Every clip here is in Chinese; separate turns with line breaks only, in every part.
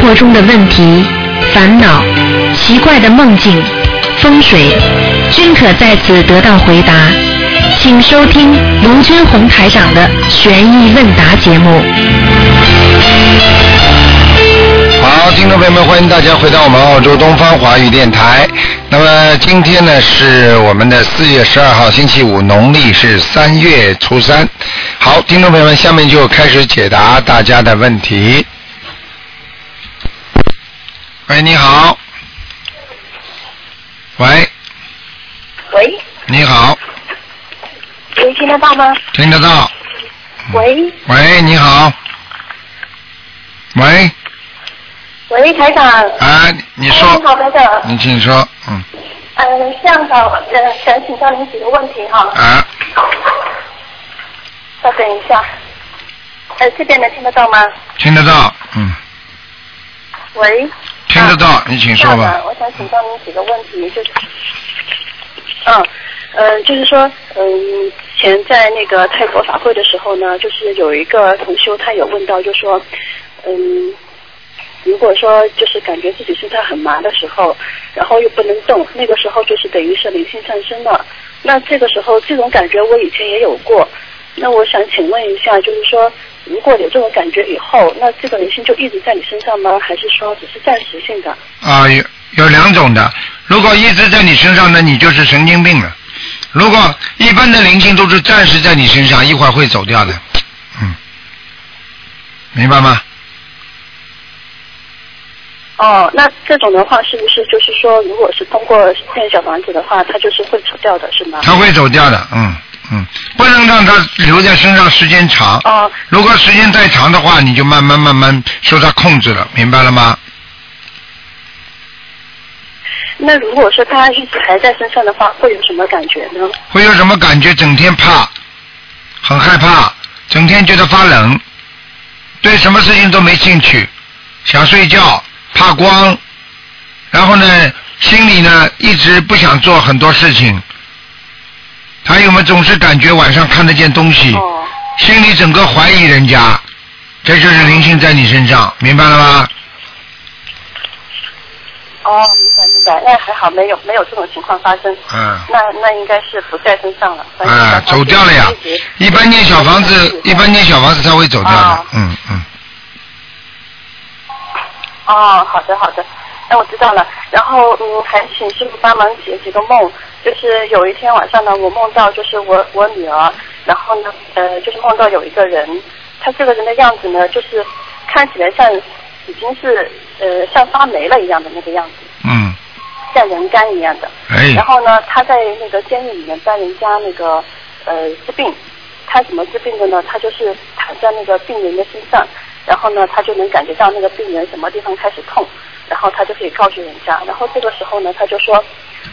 活中的问题、烦恼、奇怪的梦境、风水，均可在此得到回答。请收听卢军红台长的《悬疑问答》节目。
好，听众朋友们，欢迎大家回到我们澳洲东方华语电台。那么今天呢是我们的四月十二号，星期五，农历是三月初三。好，听众朋友们，下面就开始解答大家的问题。喂，你好。喂，
喂，
你好，
能听得到吗？
听得到？嗯
喂
喂，你好。喂，
喂，台长。
啊，你
哎你好，
说，
台长。
你请说，嗯，
嗯，这样吧，呃，想请教您几个问题哈。
啊，
稍等一下。呃，这边能听得到吗？
听得到，嗯，
喂。
听得到，你请说
这样
吧
的。我想请教您几个问题，就是，嗯，呃，就是说，嗯，以前在那个泰国法会的时候呢，就是有一个同修他有问到，就说，嗯，如果说就是感觉自己身上很麻的时候，然后又不能动，那个时候就是等于是灵性上升了。那这个时候这种感觉我以前也有过。那我想请问一下，就是说，如果有这种感觉以后，那这个灵性就一直在你身上吗？还是说只是暂时性的？
啊，有有两种的。如果一直在你身上呢，你就是神经病了。如果一般的灵性都是暂时在你身上，一会儿会走掉的。嗯，明白吗？
哦，那这种的话，是不是就是说，如果是通过建小房子的话，它就是会除掉的，是吗？
他会走掉的。嗯嗯，不能让他留在身上时间长。
哦
如果时间太长的话，你就慢慢慢慢受他控制了，明白了吗？
那如果说它一直还在身上的话，会有什么感觉呢？
会有什么感觉？整天怕，很害怕，整天觉得发冷，对什么事情都没兴趣，想睡觉，怕光，然后呢，心里呢一直不想做很多事情，还有嘛，总是感觉晚上看得见东西，
哦，
心里整个怀疑人家，这就是灵性在你身上，明白了吗？
哦，明白明白，那还好没有没有这种情况发生。
嗯。
那那应该是不在身上了。反正小
啊，
房子
走掉了呀
一直！
一般念小房子，
嗯
一般念小房子，他会走掉的
啊。
嗯嗯，
哦，好的好的，那我知道了。然后嗯，还请师傅帮忙解几个梦。就是有一天晚上呢，我梦到就是我我女儿，然后呢呃就是梦到有一个人，他这个人的样子呢，就是看起来像已经是呃像发霉了一样的那个样子，
嗯，
像人干一样的。
哎
然，后呢，他在那个监狱里面帮人家那个呃治病，他怎么治病的呢？他就是躺在那个病人的身上，然后呢，他就能感觉到那个病人什么地方开始痛，然后他就可以告诉人家。然后这个时候呢，他就说，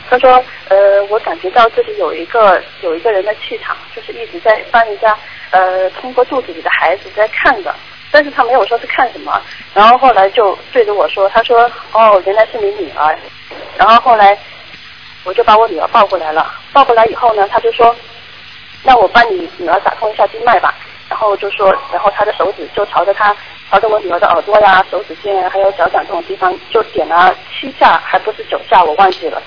他说呃，我感觉到这里有一个有一个人的气场，就是一直在帮人家呃通过肚子里的孩子在看的。但是他没有说是看什么，然后后来就对着我说，他说哦，原来是你女儿，然后后来我就把我女儿抱过来了。抱过来以后呢，他就说，那我帮你女儿打通一下经脉吧。然后就说，然后他的手指就朝着他，朝着我女儿的耳朵呀、手指尖啊还有脚掌这种地方，就点了七下，还不是九下，我忘记了。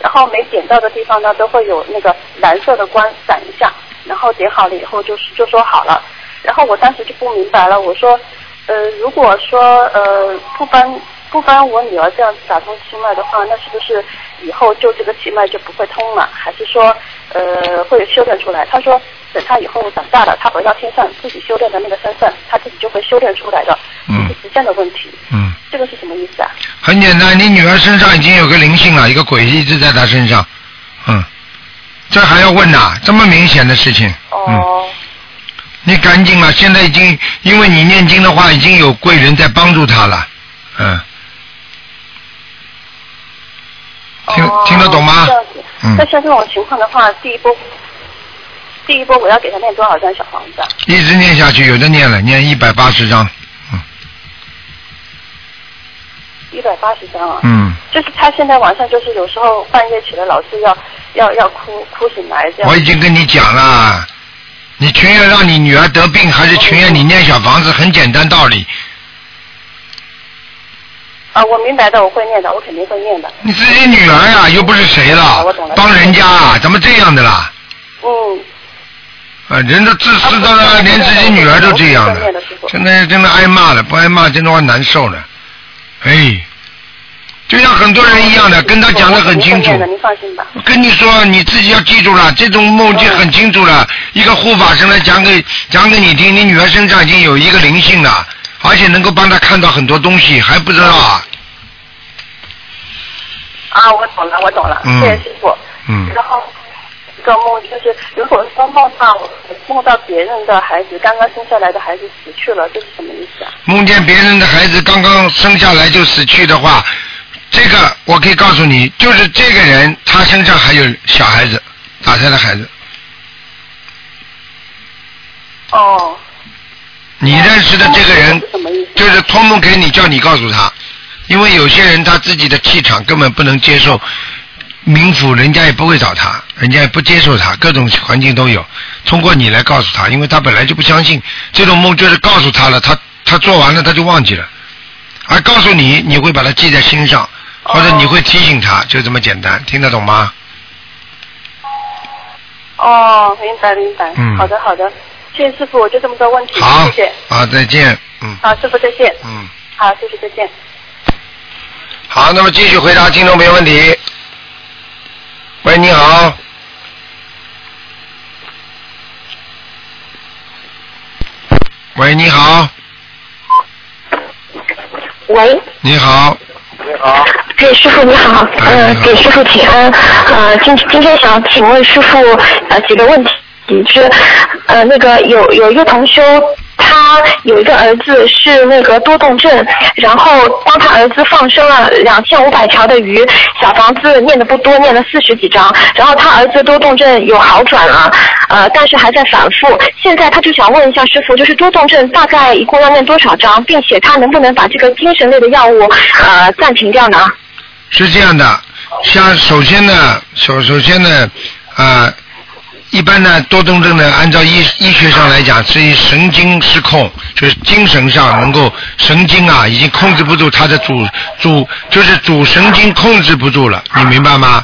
然后每点到的地方呢，都会有那个蓝色的光闪一下。然后点好了以后就，是就说好了。然后我当时就不明白了，我说，呃，如果说呃不帮不帮我女儿这样打通气脉的话，那是不是以后就这个气脉就不会通了？还是说呃会修炼出来？他说等他以后长大了，他回到天上自己修炼的那个身份，他自己就会修炼出来的，
嗯
是时间的问题。
嗯，
这个是什么意思啊？
很简单，你女儿身上已经有个灵性了，一个鬼一直在她身上，嗯，这还要问呐、这么明显的事情，嗯，
哦，
你赶紧了，现在已经因为你念经的话，已经有贵人在帮助她了，嗯，听
哦
听得懂吗
这样子
嗯。
那像这种情况的话，第一波，第一波我要给他念多少张小房子啊？
一直念下去，有的念了，念一百八十章，
一百八十张啊。
嗯，
就是他现在晚上就是有时候半夜起来老是要要要哭哭醒来这样
我。已经跟你讲了，你情愿让你女儿得病，还是情愿你念小房子？很简单道理。
啊，我明白的，我会念的，我肯定会念的。
你自己女儿呀，又不是谁
啊
了
我懂了，
帮人家啊怎么这样的啦？
嗯，
啊，人都自私到了，连自己女儿都这样了，现在真的挨骂了，不挨骂真的话难受了。哎，就像很多人一样的，跟他讲的很清
啊我肯定会念的，
楚。
您放心吧。嗯
我跟你说，你自己要记住了，这种梦境很清楚了。一个护法神来讲给讲给你听，你女儿身上已经有一个灵性了，而且能够帮她看到很多东西，还不知道啊？
啊，我懂了，我懂了，
嗯
谢谢师傅。
嗯
然后一个梦就是，如果说梦到梦到别人的孩子刚刚生下来的孩子死去了，这是什么意思啊？
梦见别人的孩子刚刚生下来就死去的话，这个我可以告诉你，就是这个人他身上还有小孩子，打胎的孩子，
哦，
你认识的这个人
是什么意思？
就是托梦给你，叫你告诉他，因为有些人他自己的气场根本不能接受，冥府人家也不会找他，人家也不接受他，各种环境都有。通过你来告诉他，因为他本来就不相信这种梦，就是告诉他了，他他做完了他就忘记了，而告诉你，你会把它记在心上，或者你会提醒他，就这么简单，听得懂吗？
哦，明白明白。
嗯
好的好的，谢谢师傅，我就这么多问题，
好
谢谢。，
好，再见，嗯
好，师傅再见。
嗯，
好，谢谢再见。
好，那么继续回答听众朋友问题。喂，你好。喂，你好，
喂，
你好，
给师傅你好，
哎
呃
你，好
给师傅请安，呃，今今天想请问师傅呃几个问题，是呃那个有有一个同修，他有一个儿子是那个多动症，然后帮他儿子放生了两千五百条的鱼，小房子念的不多，念了四十几张，然后他儿子多动症有好转了，呃，但是还在反复，现在他就想问一下师傅，就是多动症大概一共要念多少张，并且他能不能把这个精神类的药物呃暂停掉呢？
是这样的，像首先呢，首首先呢，啊、一般呢，多动症呢，按照医医学上来讲，是神经失控，就是精神上能够神经啊，已经控制不住它的主主，就是主神经控制不住了，你明白吗？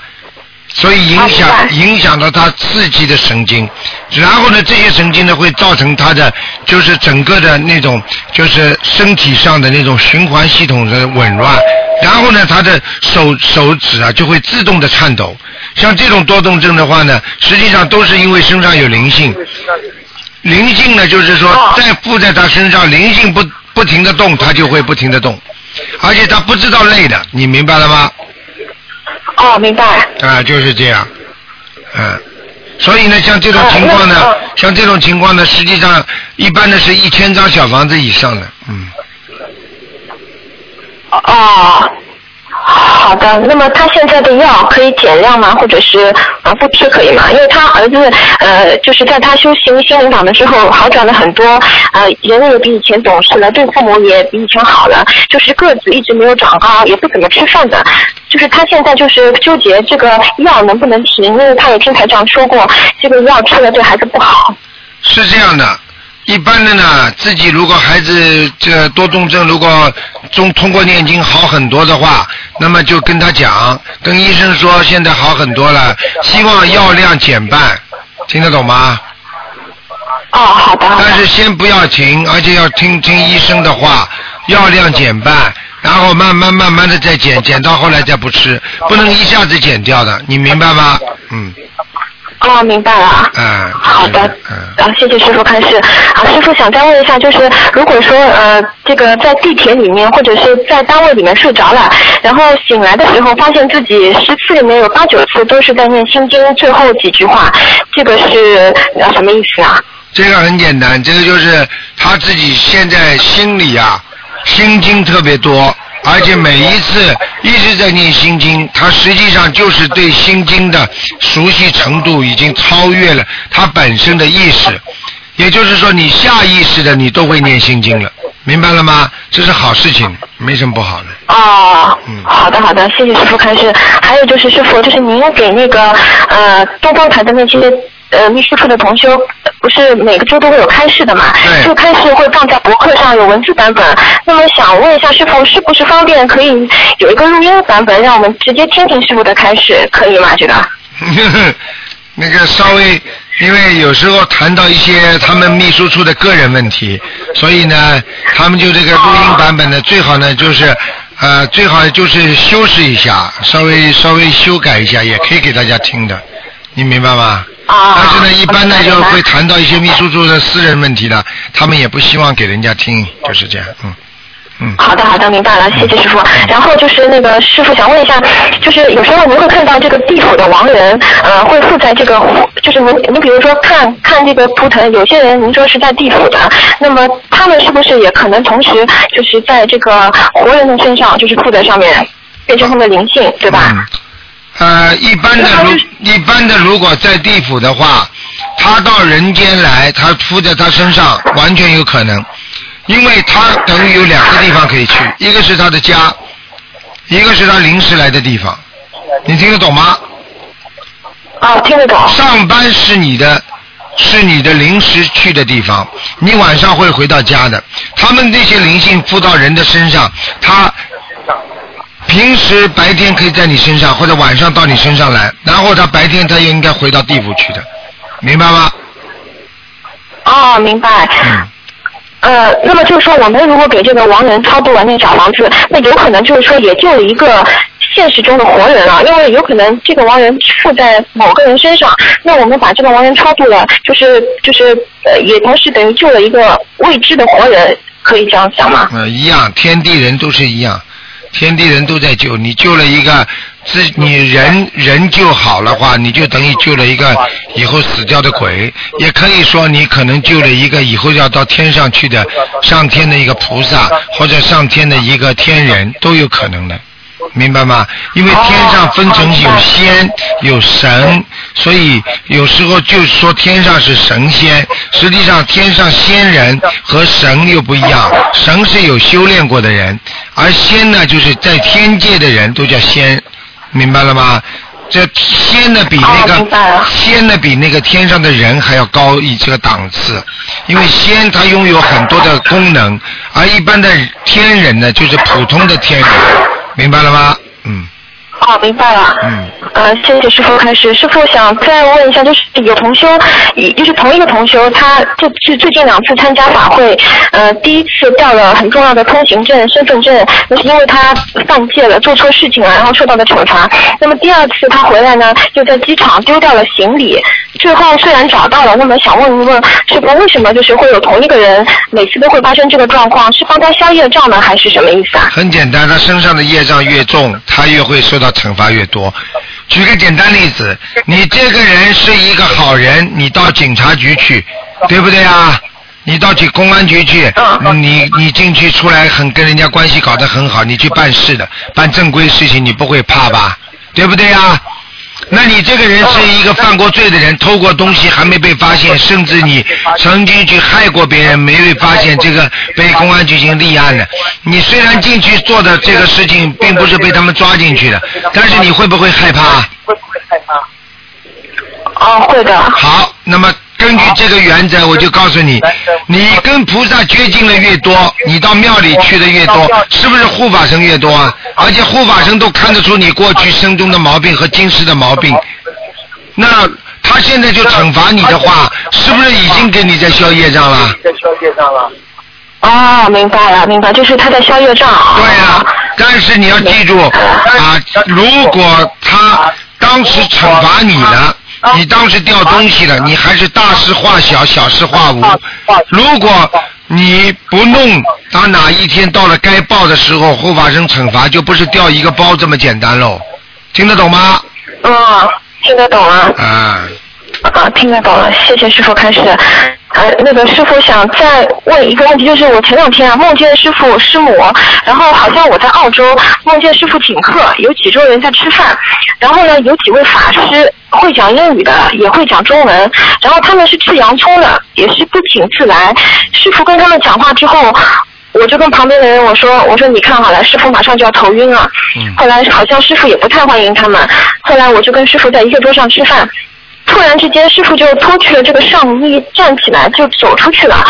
所以影响、
啊明白
影响到他刺激的神经，然后呢，这些神经呢会造成他的就是整个的那种就是身体上的那种循环系统的紊乱，然后呢，他的手手指啊就会自动的颤抖。像这种多动症的话呢，实际上都是因为身上有灵性，灵性呢就是说
哦
在附在他身上，灵性不不停的动，他就会不停的动，而且他不知道累的，你明白了吗？
哦，明白。
啊，就是这样，嗯，所以呢，像这种情况呢，
啊那
像这种情况呢，实际上一般的是一千张小房子以上的，嗯，
哦，好的。那么他现在的药可以减量吗？或者是啊不吃可以吗？因为他儿子呃，就是在他修行心灵法门之后，好转了很多，呃，人也比以前懂事了，对父母也比以前好了，就是个子一直没有长高，也不怎么吃饭的。就是他现在就是纠结这个药能不能停，因为他也听台长说过，这个药吃了对孩子不好。
是这样的。一般的呢，自己如果孩子这多动症如果中通过念经好很多的话，那么就跟他讲，跟医生说现在好很多了，希望药量减半，听得懂吗？
哦，好的，好的
但是先不要停，而且要听听医生的话，药量减半，然后慢慢慢慢的再减，减到后来再不吃，不能一下子减掉的，你明白吗？嗯，
哦，明白了。
嗯
好的，
嗯
啊，谢谢师傅开示。啊，师傅想再问一下，就是如果说呃，这个在地铁里面或者是在单位里面睡着了，然后醒来的时候发现自己十次里面有八九次都是在念心经最后几句话，这个是呃什么意思啊？
这个很简单，这个就是他自己现在心里啊，心经特别多，而且每一次一直在念心经，他实际上就是对心经的熟悉程度已经超越了他本身的意识，也就是说，你下意识的你都会念心经了，明白了吗？这是好事情，没什么不好的。
哦
嗯，
好的好的，谢谢师傅开示。还有就是师傅，就是您给那个呃东方台的那些呃密师傅的同修，呃不是每个周都会有开示的嘛？
对
就开示会放在博客上有文字版本。那么想问一下师傅，是不是方便可以有一个录音的版本，让我们直接听听师傅的开示，可以吗？这个？
那个稍微，因为有时候谈到一些他们秘书处的个人问题，所以呢，他们就这个录音版本呢，最好呢就是，呃，最好就是修饰一下，稍微稍微修改一下，也可以给大家听的，你明白吗？
啊。
但是呢，一般呢
明白
就会
明白
谈到一些秘书处的私人问题的，他们也不希望给人家听，就是这样，嗯，嗯。
好的，好的，明白了，谢谢师傅。然后就是那个师傅想问一下，就是有时候能够看到这个地府的亡人，呃，会附在这个，就是您您比如说看看这个图腾，有些人您说是在地府的，那么他们是不是也可能同时就是在这个活人的身上，就是附在上面，变成他们的灵性，对吧？
嗯呃，一般的
那他
如
是
一般的，如果在地府的话，他到人间来，他附在他身上，完全有可能，因为他等于有两个地方可以去，一个是他的家，一个是他临时来的地方，你听得懂吗？
啊，听得懂。
上班是你的，是你的临时去的地方，你晚上会回到家的。他们那些灵性附到人的身上，他平时白天可以在你身上，或者晚上到你身上来，然后他白天他又应该回到地府去的，明白吗？
哦，明白。
嗯，
呃，那么就是说，我们如果给这个亡人超度完那小房子，那有可能就是说也救了一个现实中的活人啊，因为有可能这个亡人附在某个人身上，那我们把这个亡人超度了，就是就是呃，也同时等于救了一个未知的活人，可以这样想吗？
呃，一样，天地人都是一样，天地人都在救，你救了一个。自你人人救好了话，你就等于救了一个以后死掉的鬼，也可以说你可能救了一个以后要到天上去的上天的一个菩萨，或者上天的一个天人都有可能的，明白吗？因为天上分成有
哦
仙有神，所以有时候就说天上是神仙，实际上天上仙人和神又不一样，神是有修炼过的人，而仙呢就是在天界的人都叫仙，明白了吗？这仙呢比那
哦明白
个
了
仙呢比那个天上的人还要高一这个档次，因为仙它拥有很多的功能，而一般的天人呢就是普通的天人，明白了吗？嗯
哦，明白了。
嗯。
呃，谢谢师傅开始。师傅想再问一下，就是有同修，也就是同一个同修，他这最最近两次参加法会，呃，第一次掉了很重要的通行证、身份证，那是因为他犯戒了，做错事情了，然后受到的惩罚。那么第二次他回来呢，就在机场丢掉了行李。最后虽然找到了，那么想问一问，师傅为什么就是会有同一个人每次都会发生这个状况？是帮他消业障呢，还是什么意思啊？
很简单，他身上的业障越重，他越会受到惩罚越多。举个简单例子，你这个人是一个好人，你到警察局去，对不对啊？你到去公安局去，你你进去出来很跟人家关系搞得很好，你去办事的，办正规事情，你不会怕吧？对不对啊？那你这个人是一个犯过罪的人，偷过东西还没被发现，甚至你曾经去害过别人没被发现，这个被公安局已经立案了。你虽然进去做的这个事情并不是被他们抓进去的，但是你会不会害怕？啊
哦，会的。
好，那么根据这个原则，我就告诉你，你跟菩萨接近的越多，你到庙里去的越多，是不是护法神越多啊？而且护法神都看得出你过去生中的毛病和今世的毛病。那他现在就惩罚你的话，是不是已经给你在消业障了？
哦，明白了，明白，就是他在消啊业障。
对呀、但是你要记住啊，如果他当时惩罚你了。你当时掉东西了，你还是大事化小，小事化无。如果你不弄，他哪一天到了该报的时候，护法神惩罚就不是掉一个包这么简单喽。听得懂吗？
嗯，听得懂啊，
啊，
啊，听得懂了，谢谢师傅开始。呃，那个师傅想再问一个问题，就是我前两天啊梦见师傅师母，然后好像我在澳洲梦见师傅请客，有几桌人在吃饭，然后呢有几位法师会讲英语的，也会讲中文，然后他们是吃洋葱的，也是不请自来。师傅跟他们讲话之后，我就跟旁边的人我说我说你看好了，师傅马上就要头晕了。
嗯
后来好像师傅也不太欢迎他们，后来我就跟师傅在一个桌上吃饭。突然之间，师傅就脱去了这个上衣，站起来就走出去了。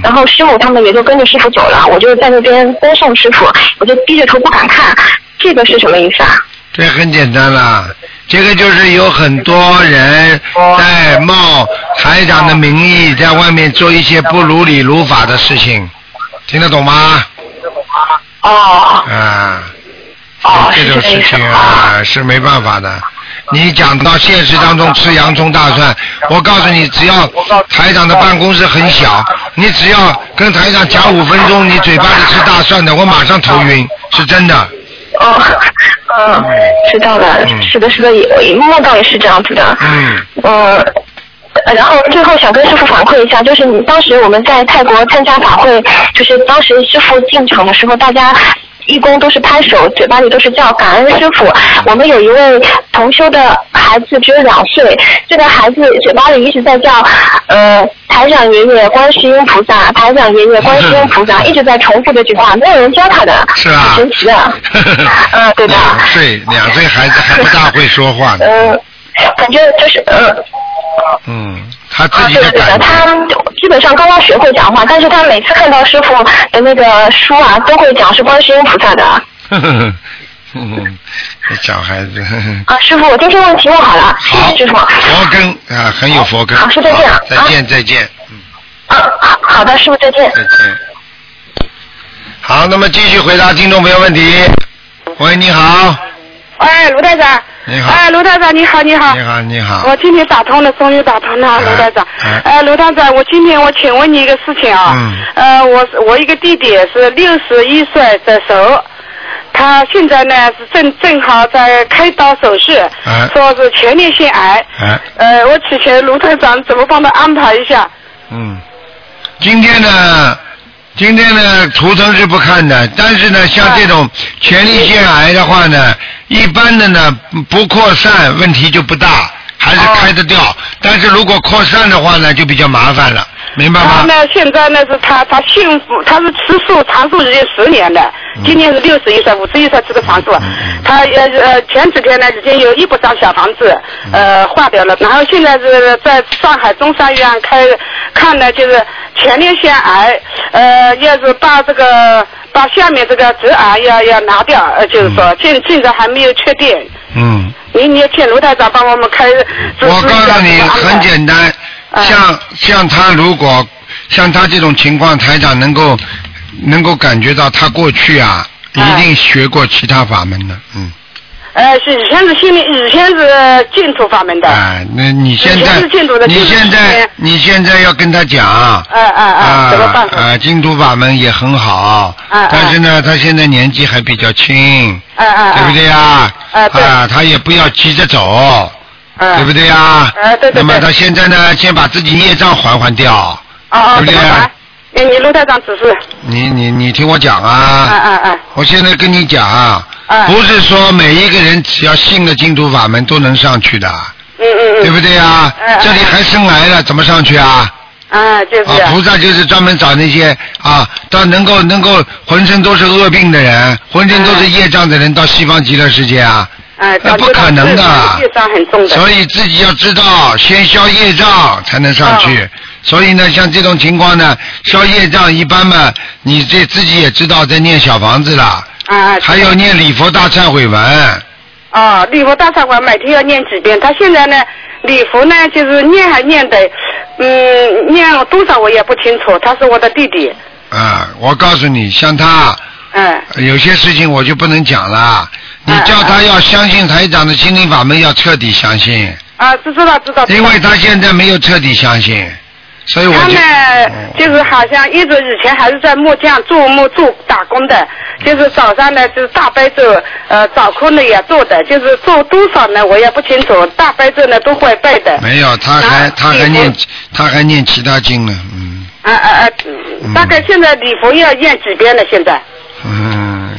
然后师母他们也就跟着师傅走了，我就在那边跟上师傅，我就低着头不敢看，这个是什么意思啊？
这很简单啦，这个就是有很多人在冒台长的名义在外面做一些不如理如法的事情，听得懂吗？
哦
啊，
哦，
这
是
种
这个
事
意思
情
啊。
啊是没办法的。你讲到现实当中吃洋葱大蒜，我告诉你，只要台长的办公室很小，你只要跟台长讲五分钟，你嘴巴里吃大蒜的，我马上头晕，是真的。
哦，嗯，知道了，
嗯
是的，是的，也也梦到也是这样子的。
嗯
嗯，呃然后最后想跟师傅反馈一下，就是你当时我们在泰国参加法会，就是当时师傅进场的时候，大家。义工都是拍手，嘴巴里都是叫感恩师傅。我们有一位同修的孩子只有两岁，这个孩子嘴巴里一直在叫，呃，台长爷爷、观世音菩萨、台长爷爷、观世音菩萨，一直在重复这句话，没有人教他的，
嗯是啊吧。
挺神奇的嗯，对的。
两岁，两岁孩子还不大会说话 呢。
嗯，反正就是嗯。
嗯，他
啊，
自己
对
的
对对的，
感觉。
他基本上刚刚学会讲话，但是他每次看到师傅的那个书啊，都会讲是观世音菩萨的。
啊
呵呵呵嗯，这小孩子。呵呵
啊，师傅，我这些问题问好了，谢
好，
谢师傅。
佛根啊，很有佛根。
好是这样
好再见，再见，
嗯，好好的，师傅再见。
再见。好，那么继续回答听众朋友问题。喂，你好，
哎，卢台长。
你好
哎，卢台长，你好，你
啊
好。
你好，你好。
我今天打通了，终于打通了，
啊
卢台长
啊。
哎，卢台长，我今天我请问你一个事情啊。
嗯
呃，我是我一个弟弟是六十一岁的手，他现在呢是正正好在开刀手术，
啊
说是前列腺癌。
哎，
呃，我祈求卢台长怎么帮他安排一下？
嗯，今天呢，今天呢，图腾是不看的，但是
啊
呢，像这种前列腺癌的话呢，一般的呢不扩散问题就不大，还是开得
哦
掉。但是如果扩散的话呢，就比较麻烦了，明白吗？
他呢，现在呢是他他幸福，他是吃素长素已经十年了，
嗯
今年是六十一岁，五十一岁吃的长素。他呃呃前几天呢已经有一百张小房子
嗯
呃化掉了，然后现在是在上海中山医院开看呢，就是前列腺癌，呃要是把这个把下面这个直癌要要拿掉，呃就是说现现在还没有确定。
嗯。
你你也请卢台长帮我们开。
我告诉你，很简单，
嗯
像像他如果像他这种情况，台长能够能够感觉到他过去啊，
嗯
一定学过其他法门的，嗯，
呃，是以前是心理，以前是净土法门的。
哎，那你现在
以前是净土的
你
净土
现
时
在
间
你现在要跟他讲啊。
哎哎哎，怎么办？
啊，净土法门也很好，
嗯嗯
但是呢，他现在年纪还比较轻，
哎哎
对不对？呀？
哎对
啊，他也不要急着走，
哎
对不？对呀？
哎对对对
那么他现在呢，先把自己业障还还掉。
哦哦，
对啊不对
怎么办？哎，你卢台长指示。
你你你听我讲
嗯
啊！
嗯嗯
我现在跟你讲啊，
哎
不是说每一个人只要信了净土法门都能上去的，
嗯嗯
对
嗯。
不对啊？
哎哎
这里还生癌了，怎么上去啊？
啊，就是
啊，菩萨就是专门找那些啊，到能够能够浑身都是恶病的人，浑身都是
嗯
业障的人，到西方极乐世界啊。
哎，
那不可能的
业障很重的。
所以自己要知道，先消业障才能上
哦
去。所以呢，像这种情况呢，消业障一般嘛，你这自己也知道在念小房子了，
啊，
还有念礼佛大忏悔文。
啊，礼佛大忏悔每天要念几遍。他现在呢，礼佛呢就是念还念的，嗯，念了多少我也不清楚。他是我的弟弟，
啊、我告诉你，像他
嗯，
有些事情我就不能讲了。你
嗯
叫他要相信台长的心灵法门，要彻底相信，
啊，知知道知道。知道
因为他现在没有彻底相信，所以我
他
就
呢，就是好像一直以前还是在木匠做木做打工的，
嗯
就是早上呢就是大悲咒，呃早课呢也做的，就是做多少呢我也不清楚，大悲咒呢都会背的。
没有，他还
啊
他还
礼佛
念他还念其他经呢，嗯。
啊啊啊！
嗯
大概现在礼佛要念几遍了？现在？
嗯，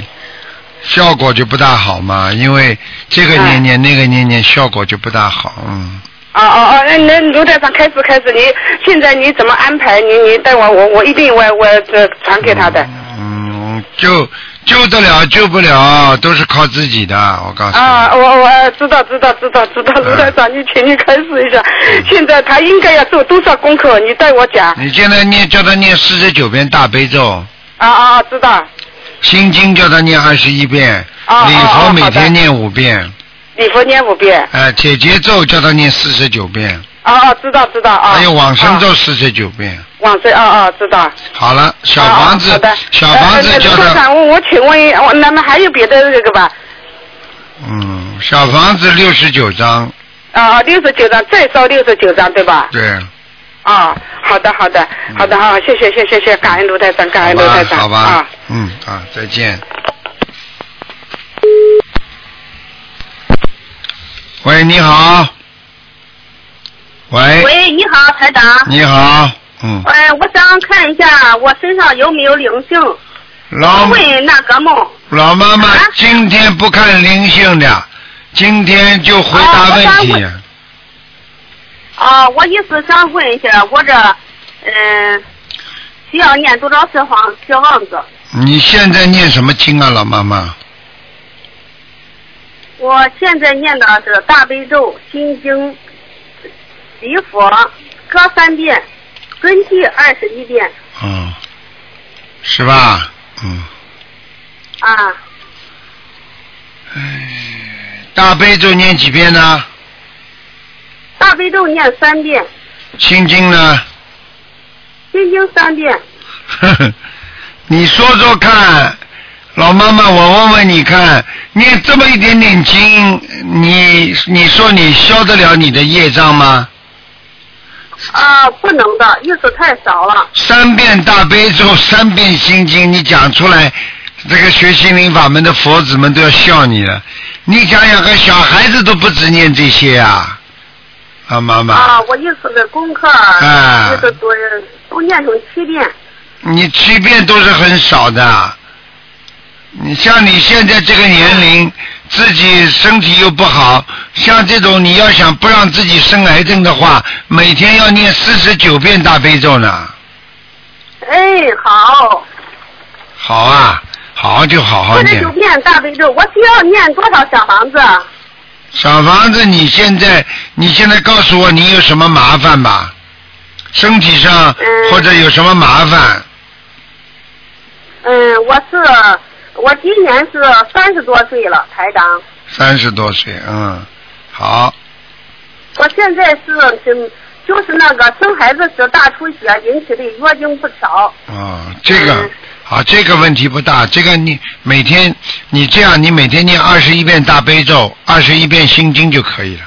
效果就不大好嘛，因为这个念念、那个念念，效果就不大好。嗯，
哦哦哦，那那卢台长开始开始，你现在你怎么安排？你你待会儿我我一定我我呃传给他的。
嗯，就救得了救不了都是靠自己的，我告诉你。
啊，我我知道知道知道知道，
啊
卢台长，你请你开始一下。
嗯
现在他应该要做多少功课？你带我讲。
你现在念叫他念四十九遍大悲咒，
啊啊啊，知道。
心经叫他念二十一遍，
哦
礼
哦哦
佛
好
每
的
天念五遍，
礼佛念五遍。
呃，解结咒叫他念四十九遍，
啊啊，知道知道啊。
还有往生咒
啊。
四十九遍。
往生啊啊，知道。
好了，小
啊啊
房子
好的，
小房子
呃
叫
呃科
他，
长，我我请问一，我那么还有别的这个吧？
嗯，小房子六十九章，
啊啊，六十九张，再烧六十九张，对吧？
对，
啊，好的，好的，好的，好，谢谢，谢谢，谢谢，感恩卢台长，感
好
恩卢
吧
台，长，
嗯好吧
啊。，
嗯，啊，再见。喂，你好。喂，
喂，你好，台长。
哎你好，嗯，
呃，我想看一下我身上有没有灵性，
老
会那个梦。
老妈妈
啊
今天不看灵性的，今天就回答问
哦我
题
想。啊、我意思想问一下，我这嗯、需要念多少次房小房子？
你现在念什么经啊，老妈妈？
我现在念的是大悲咒、心经、礼佛各三遍，根基二十一遍
嗯，是吧？嗯，
啊，
大悲咒念几遍呢？
大悲咒念三遍，
心经呢？
心经三遍。
呵呵， 你说说看，老妈妈，我问问你看，念这么一点点经，你你说你消得了你的业障吗？
啊，不能的，意思太少了。
三遍大悲咒，三遍心经，你讲出来，这个学心灵法门的佛子们都要笑你了。你想想看，小孩子都不止念这些啊，啊妈妈，
啊，我意思是功课，
啊
意思多都念成七遍。
你七遍都是很少的。你像你现在这个年龄，自己身体又不好，像这种你要想不让自己生癌症的话，每天要念四十九遍大悲咒呢。
哎，好，
好啊，好就好好
四
念
十。九遍大悲咒，我需要念多少小房子？
小房子，你现在你现在告诉我你有什么麻烦吧？身体上
嗯
或者有什么麻烦？
嗯，我是我今年是三十多岁了，台长。
三十多岁，嗯，好，
我现在是嗯就是那个生孩子时大出血引起的月经不调。
哦，这个
嗯
好，这个问题不大。这个你每天你这样，你每天念二十一遍大悲咒，二十一遍心经就可以了。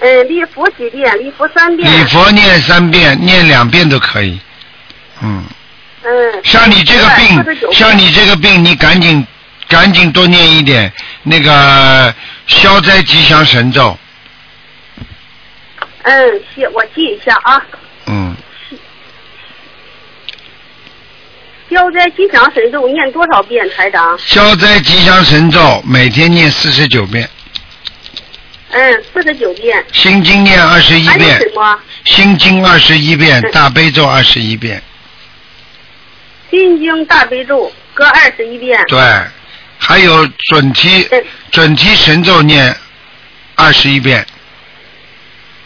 嗯，礼服几遍？礼服三遍。
礼佛念三遍，念两遍都可以。嗯，
嗯。
像你这个病
49，遍
像你这个病，你赶紧赶紧多念一点那个消灾吉祥神咒。
嗯，记我记一下啊。
嗯，
消灾吉祥神咒念多少遍，台长？
消灾吉祥神咒每天念四十九遍，
嗯，四十九遍。
心经念二十一
还有
遍，
什么？
心经二十一遍，
嗯
大悲咒二十一遍，
心经大悲咒各二十一遍。
对，还有准提
嗯
准提神咒念二十一遍，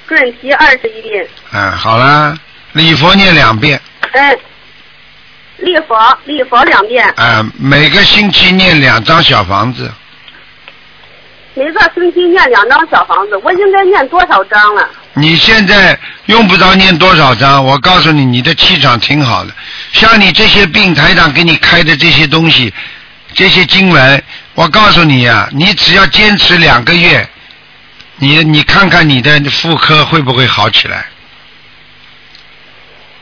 准提二十一遍。
啊，好啦，礼佛念两遍，
嗯，礼佛礼佛两遍，
啊，每个星期念两张小房子，
每个星期念两张小房子。我应该念多少张了？
你现在用不着念多少章，我告诉你，你的气场挺好的。像你这些病，台长给你开的这些东西，这些经文，我告诉你啊，你只要坚持两个月，你你看看你的妇科会不会好起来？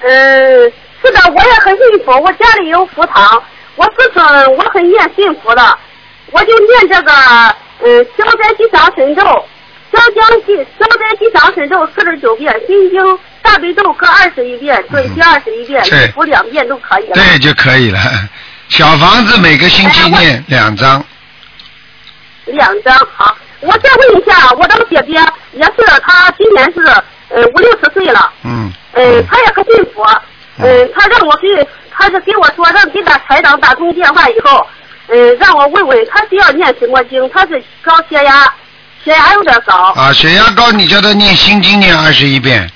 嗯，是的，我也很信佛，我家里有佛堂，我自己我很念信佛的，我就念这个嗯消灾吉祥神咒，消灾吉消灾吉祥神咒四十九遍，心经大悲咒各二十一遍，准提二十一遍，
对
礼佛两遍都可以了。
对就可以了。小房子每个星期念两张，
两张好。我再问一下，我这个姐姐也是，她今年是呃五六十岁了，
嗯，
呃，她也很信佛，呃，她让我给她他是给我说让给他台长打通电话以后，嗯，让我问问他需要念什么经，他是高血压，血压有点高，
啊，血压高，你叫他念心经念二十一遍，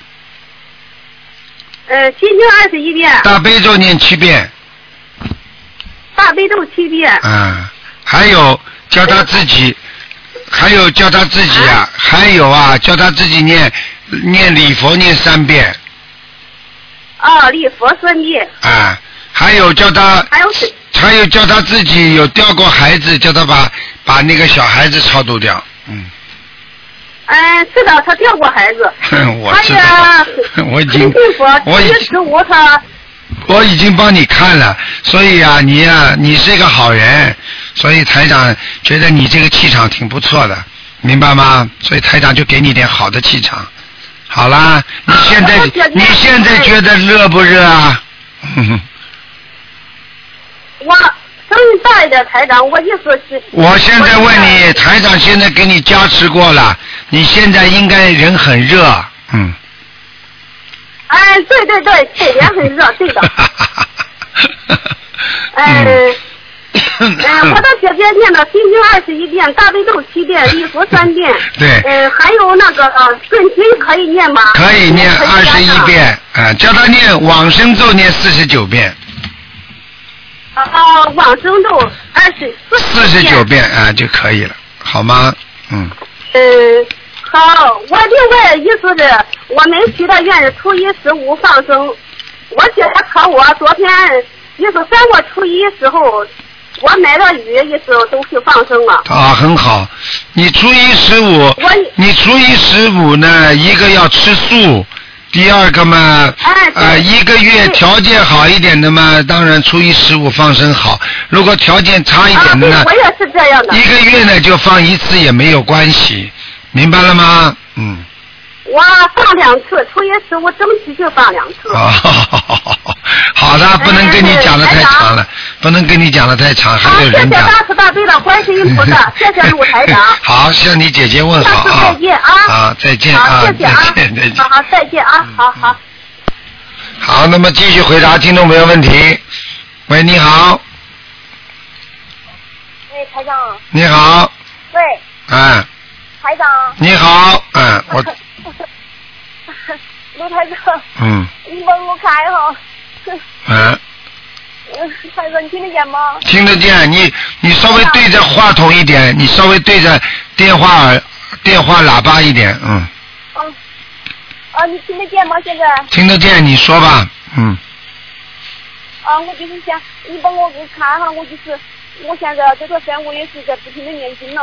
呃，心经二十一遍，
大悲咒念七遍，
大悲咒七遍，
啊，还有叫他自己，还有叫他自己啊，还有啊，叫他自己念念礼佛念三遍，
啊，礼佛三遍，
啊，还有叫他
还有是
还有叫他自己有掉过孩子，叫他把把那个小孩子超度掉。 嗯，
嗯，是的，他掉过孩子。
我
哎
知
呀
道，， 我已经
很幸福，
我已
七月
经
十五他，
我已经帮你看了，所以啊，你呀、你是一个好人，所以台长觉得你这个气场挺不错的，明白吗？所以台长就给你点好的气场。好啦，你现在
我我觉得
你现在觉得热不热啊？ 哼哼
我声音大一点，台长，我意思是。
我现在问你，台长现在给你加持过了，你现在应该人很热，嗯。
哎，对对对，这也很热，对 的。哎，
嗯
哎，我的姐姐念的心经二十一遍，大悲咒七遍，礼佛三遍。
对
呃，还有那个呃准经可以念吗？
可以念
我
二
可
十
加
一
上。
遍，啊，叫他念往生咒念四十九遍，
啊，往生咒二十
四十九。遍啊就可以了，好吗？嗯，
嗯，好，我另外意思是，我们许的愿是初一十五放生。我姐她考我昨天，意思在我初一时候，我买了鱼，意思都去放生了。
啊，很好。你初一十五，你初一十五呢，一个要吃素，第二个嘛，
哎对
呃，一个月条件好一点的嘛，当然初一十五放生好。如果条件差一
啊，
点的
对，
呢，
我也是这样的。
一个月呢就放一次也没有关系，明白了吗？嗯。
我放两次，初一十五争取就放两次。
啊， 好的，不能跟你讲的太长了，不能跟你讲的太长，
好，
还有
谢啊谢
人讲。
大慈大悲的观世音菩萨，谢谢鲁台 长。
好，向你姐姐问好啊。
下次再见啊
啊，再见啊，
好，谢谢啊
再见，再，见
好。好再见啊，好好。
好，那么继续回答听众朋友问题。喂，你好，
喂，台长，
你好，
喂，
哎，
台长，
你好，哎，我，
卢台长，
嗯，
你帮我开哈，
哎，
台长，你听得见吗？
听得见，你你稍微对着话筒一点，你稍微对着电话耳电话喇叭一点，嗯，
嗯，啊，你听得见吗？现在，
听得见，你说吧，嗯，
啊，我就是想你帮我给看哈，我就是我现在这段时间我也是在不停的念经了，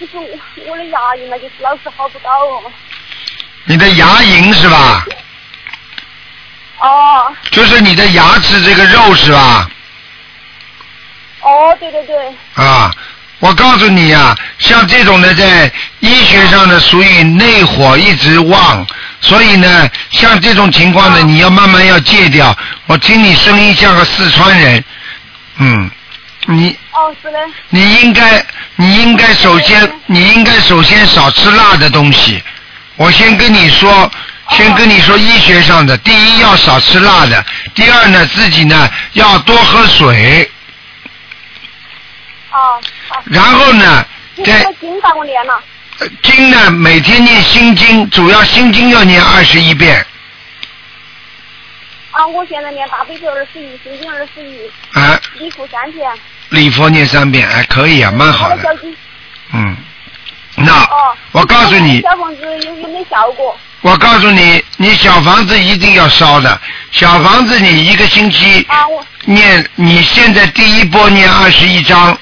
就是我我的牙龈嘛，就是老是好不到哦。
你的牙龈是吧？
哦，
就是你的牙齿这个肉是吧？
哦，对对对，
啊，我告诉你啊，像这种的在医学上呢属于内火一直旺，所以呢，像这种情况呢，你要慢慢要戒掉。我听你声音像个四川人，嗯，你
哦，是的，
你应该你应该首先你应该首先少吃辣的东西。我先跟你
哦
说，先跟你说医学上的，第一要少吃辣的，第二呢自己呢要多喝水，
哦，啊，
然后呢，
你
在
这个经帮我念了，
呃经呢，每天念心经，主要心经要念二十一遍
啊，我现在念大悲咒二十一，心经二十一，
啊，
礼佛三遍，
礼佛念三遍，哎，可以啊，蛮好
我的小
的，
经。
嗯。那、
哦，
我告诉你，
小房子有有没效果？
我告诉你，你小房子一定要烧的，小房子你一个星期
啊，我
念，你现在第一波念二十一章，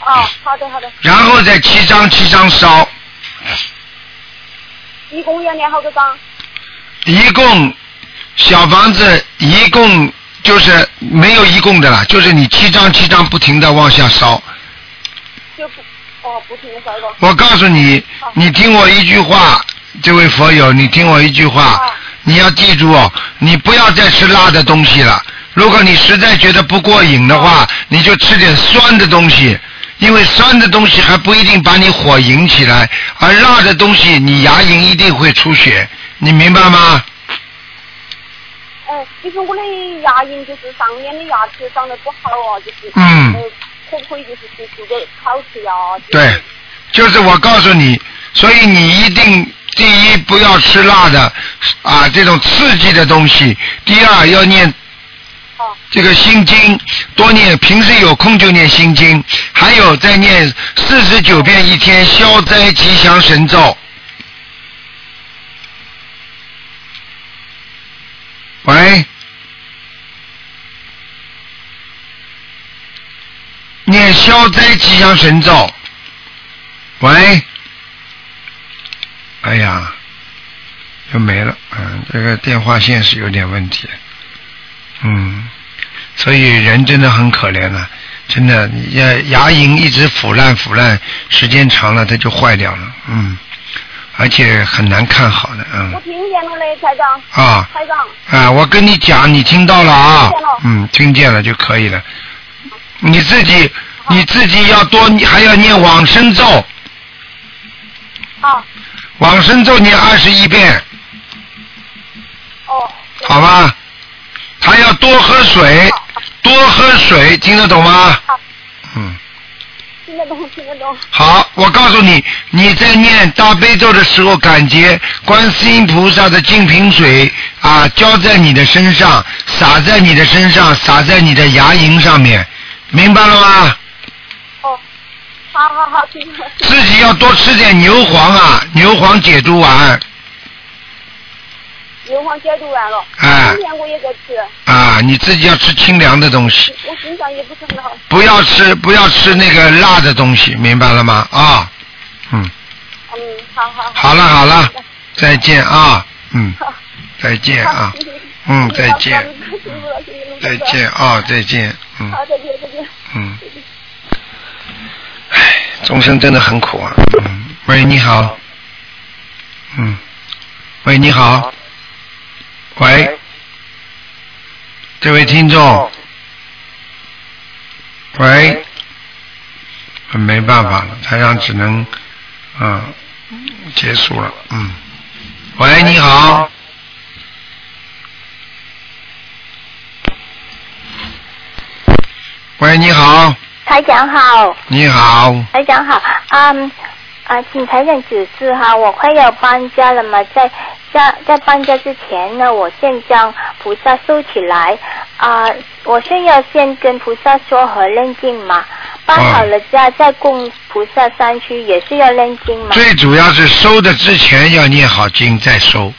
啊，好的好的，
然后再七章七章烧，
一共要念好多张？
一共小房子一共就是没有一共的啦，就是你七章七章不停的往下烧。
就不哦，不停的烧过。
我告诉你，你听我一句话，这位佛友，你听我一句话
哦，
你要记住哦，你不要再吃辣的东西了。如果你实在觉得不过瘾的话，你就吃点酸的东西，因为酸的东西还不一定把你火引起来，而辣的东西你牙龈一定会出血，你明白吗？
哎，就是我的牙龈，就是上面的牙齿长得不好哦，就是
嗯
呃可不可以就是去做个烤瓷呀？就是
对，就是我告诉你，所以你一定第一不要吃辣的啊这种刺激的东西，第二要念
哦
这个心经，多念，平时有空就念心经，还有再念四十九遍一天消灾吉祥神咒。喂，念消灾吉祥神咒。喂，哎呀，又没了，嗯，这个电话线是有点问题，嗯。所以人真的很可怜了、真的，你牙牙龈一直腐烂腐烂，时间长了它就坏掉了，嗯，而且很难看好的，
我
嗯，
听见了嘞，台长，
啊
台长，
啊，我跟你讲，你听到了
听
啊
见了，
嗯，听见了就可以了，你自己你自己要多还要念往生咒，
啊，
往生咒念二十一遍，
哦，
好吧？还要多喝水，多喝水，听得懂吗？嗯。
听得懂，听得懂，
好，我告诉你，你在念大悲咒的时候，感觉观世音菩萨的净瓶水啊浇在你的身上，洒在你的身上，洒在你的牙龈上面，明白了吗？
哦，好好好，听得懂，
自己要多吃点牛黄啊，牛黄解毒丸
硫磺解毒完了，
哎
今天我也在吃，
啊，你自己要吃清凉的东西，
我心脏也不是很好，
不要吃不要吃那个辣的东西，明白了吗？啊，嗯，
嗯，好好好，
好了好 了，再见啊，嗯，
好
再 见啊，
谢谢
嗯，再见。
辛苦了辛苦了
再见啊、再见，嗯
好，再见，再见。
嗯。唉，众生真的很苦啊。嗯。喂，你好。嗯。喂，你好。喂，这位听众。喂。没办法了，台上只能，嗯，结束了，嗯。喂，你好。喂，你好，
台长好，
你好，
台长好，嗯，啊，请台长指示哈，我快要搬家了嘛，在家在搬家之前呢，我先将菩萨收起来啊，我先要先跟菩萨说和认经嘛，搬好了家再供菩萨山区也是要认经嘛，
最主要是收的之前要念好经再收，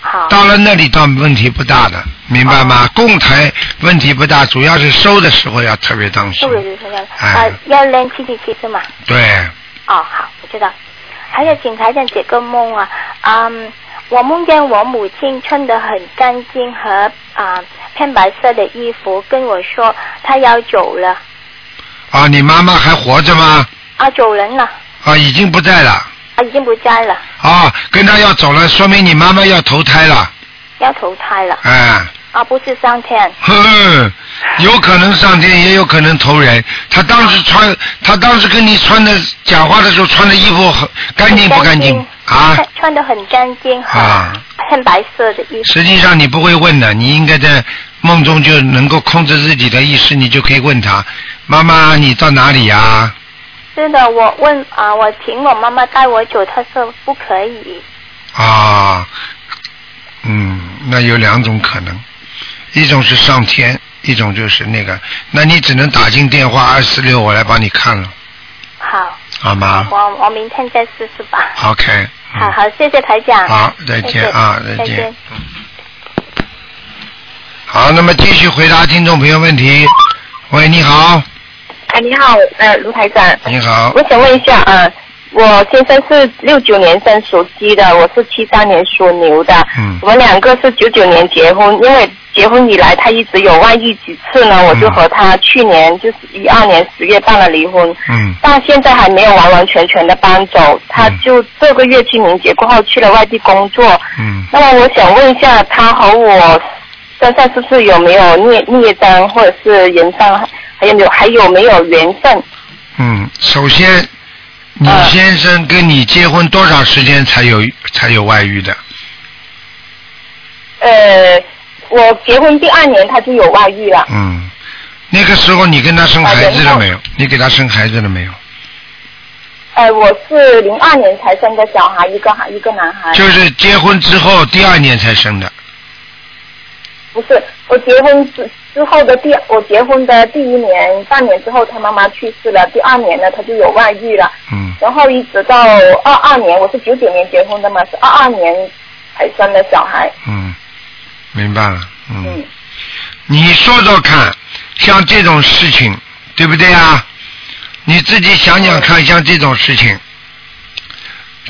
好，
到了那里倒问题不大的，明白吗？供台问题不大，主要是收的时候要特别当心
是。不是这样？啊
哎，
要认七七七是吗？
对，
哦，好，我知道。还有，请台长解个梦啊，嗯，我梦见我母亲穿得很干净和啊、偏白色的衣服，跟我说她要走了，
啊，你妈妈还活着吗？
啊，走人了，
啊，已经不在了。
啊，已经不在了，
啊，跟她要走了，说明你妈妈要投胎了。
要投胎了，
哎，
啊，不是上天，
呵呵，有可能上天，也有可能投人。她当时穿，她当时跟你穿的讲话的时候穿的衣服很干净不干净啊？
穿穿得很干净和
啊
偏白色的衣服，
实际上你不会问的，你应该在梦中就能够控制自己的意识，你就可以问他：“妈妈，你到哪里呀、啊
是的，我问啊、我请我妈妈带我走，她说不可以，
啊？”嗯，那有两种可能，一种是上天，一种就是那个，那你只能打进电话二四六，我来帮你看了，
好，
好吗
我我明天再试试吧，
？OK，、嗯、
好好，谢谢台长。
好，再
再
见
见
啊，再
再
见
见。
嗯好，那么继续回答听众朋友问题。喂，你好，
哎，你好，呃，卢台长，
你好
我，想问一下，呃，我先生是六九年生属鸡的，我是七三年属牛的，
嗯
我们两个是九九年结婚，因为结婚以来他一直有外遇几次呢，我就
嗯
和他去年就是一二年十月办了离婚，
嗯
到现在还没有完完全全的搬走，他
嗯
就这个月清明节过后去了外地工作，
嗯。
那么我想问一下，他和我身上是不是有没有孽孽障，或者是人上还有没有还有没有缘分？
嗯，首先，你
呃
先生跟你结婚多少时间才有才有外遇的？
呃，
我结婚第二年他就有外遇了，
嗯，那个时候你跟他生孩子了没有？你给他生孩子了没有？
呃，我是零二年才生的小孩，一个一个男孩。
就是结婚之后第二年才生的，
不是我结婚之之后的第，我结婚的第一年半年之后，他妈妈去世了，第二年呢他就有外遇了，
嗯，
然后一直到二二年，我是九九年结婚的嘛，是二二年才生的小孩，
嗯，明白了，嗯。
嗯
你说说看，像这种事情，对不对啊？你自己想想看，像这种事情，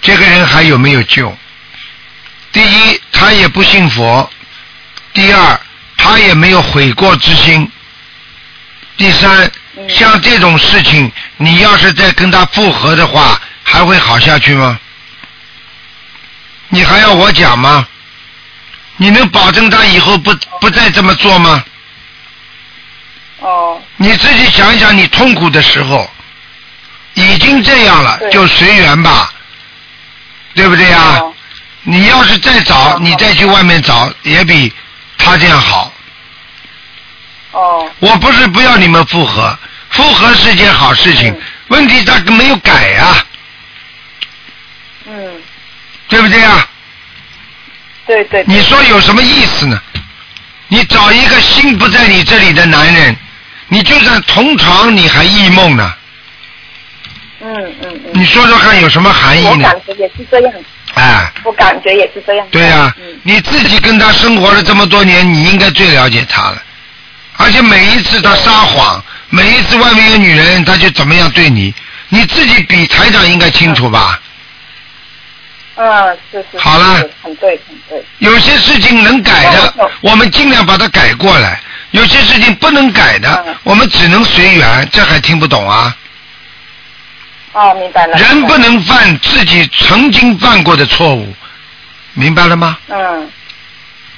这个人还有没有救？第一，他也不信佛；第二，他也没有悔过之心；第三，像这种事情，你要是再跟他复合的话，还会好下去吗？你还要我讲吗？你能保证他以后不不再这么做吗？
哦，
你自己想一想，你痛苦的时候已经这样了，
对
就随缘吧，对不对呀？
哦
你要是再找，你再去外面找，也比他这样好。
哦，
我不是不要你们复合，复合是件好事情
嗯，
问题他没有改呀、
嗯，
对不对呀、
对对对
你说有什么意思呢？你找一个心不在你这里的男人，你就算同床，你还异梦呢。
嗯嗯嗯，
你说说看，有什么含义
我
呢？
感觉也是这样，
哎，
我感觉也是这样。
对呀、
嗯
你自己跟他生活了这么多年，你应该最了解他了。而且每一次他撒谎，每一次外面有女人，他就怎么样对你，你自己比台长应该清楚吧？
啊
嗯，是是。是
好了
是很对，很对。
有些事情能改的
嗯，
我们尽量把它改过来；有些事情不能改的
嗯，
我们只能随缘。这还听不懂啊？
哦，明白了。
人不
明
能犯自己曾经犯过的错误，明白了吗？
白了。嗯，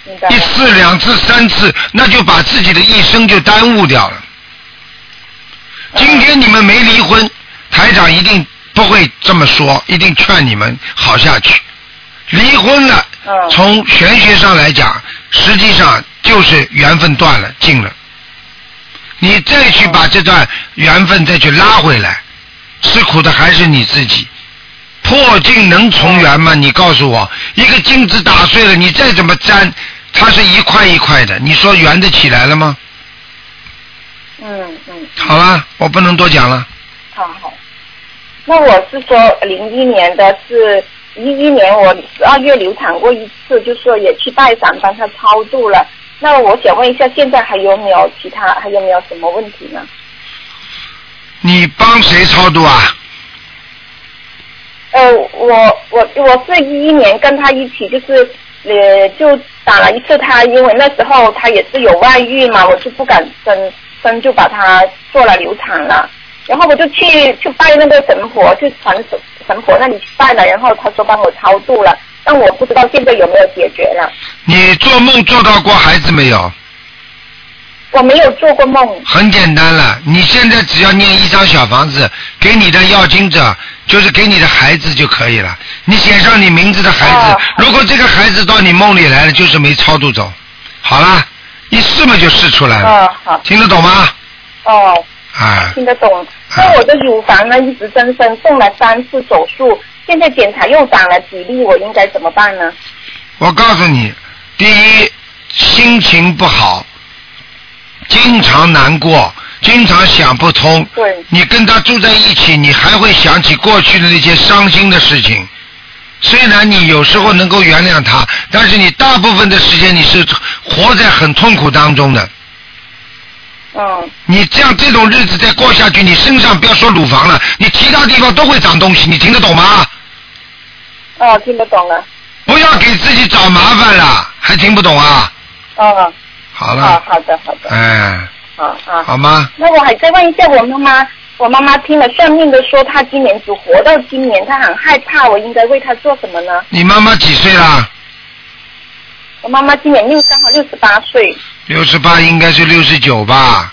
明白了
一。次、两次、三次，那就把自己的一生就耽误掉了。今天你们没离婚，台长一定不会这么说，一定劝你们好下去。离婚了，
嗯
从玄学上来讲，实际上就是缘分断了，尽了。你再去把这段缘分再去拉回来，吃苦的还是你自己。破镜能重圆吗？你告诉我，一个镜子打碎了，你再怎么粘，它是一块一块的，你说圆得起来了吗？
嗯嗯，
好了，我不能多讲了。
好好。那我是说，呃零一年的是，一一年我十二月流产过一次，就说也去拜访帮他超度了。那我想问一下，现在还有没有其他，还有没有什么问题呢？
你帮谁超度啊？
呃，我我我是一一年跟他一起，就是呃，就打了一次他，因为那时候他也是有外遇嘛，我就不敢生生，就把他做了流产了。然后我就去去拜那个神婆，去传神神婆那里去拜了，然后他说帮我超度了，但我不知道现在有没有解决了。
你做梦做到过孩子没有？
我没有做过梦，
很简单了，你现在只要念一张小房子给你的要经者，就是给你的孩子就可以了。你写上你名字的孩子，
哦
如果这个孩子到你梦里来了，就是没超度走。好啦，一试嘛就试出来了，
哦，好，
听得懂吗？
哦，
啊，
听得懂。
啊
那我的乳房呢，一直增生，动了三次手术，现在检查又长了几粒，我应该怎么办呢？
我告诉你，第一，心情不好，经常难过，经常想不通。
对
你跟他住在一起，你还会想起过去的那些伤心的事情。虽然你有时候能够原谅他，但是你大部分的时间你是活在很痛苦当中的。
嗯，
你这样这种日子再过下去，你身上不要说乳房了，你其他地方都会长东西，你听得懂吗？
哦，听得懂了。
不要给自己找麻烦了，还听不懂啊？
哦，
好了，
好好的好的，
哎，
好啊。
好吗？
那我还再问一下我妈妈，我妈妈听了算命的说她今年只活到今年，她很害怕，我应该为她做什么呢？
你妈妈几岁啦？
我妈妈今年六刚好六十八岁，
六十八应该是六十九吧，
哦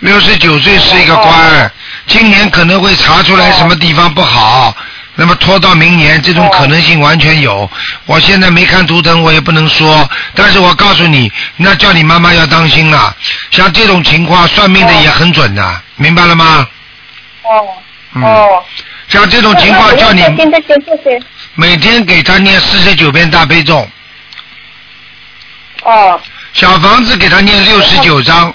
六十九岁是一个关，今年可能会查出来什么地方不好，那么拖到明年，这
哦
种可能性完全有。我现在没看图腾，我也不能说。但是我告诉你，那叫你妈妈要当心了。像这种情况，算命的也很准的，明白了吗？
哦
嗯
哦。
像这种情
那
况，
那
叫你
我要再念这些这些。
每天给他念四十九遍大悲咒，
哦，
小房子给他念六十九章，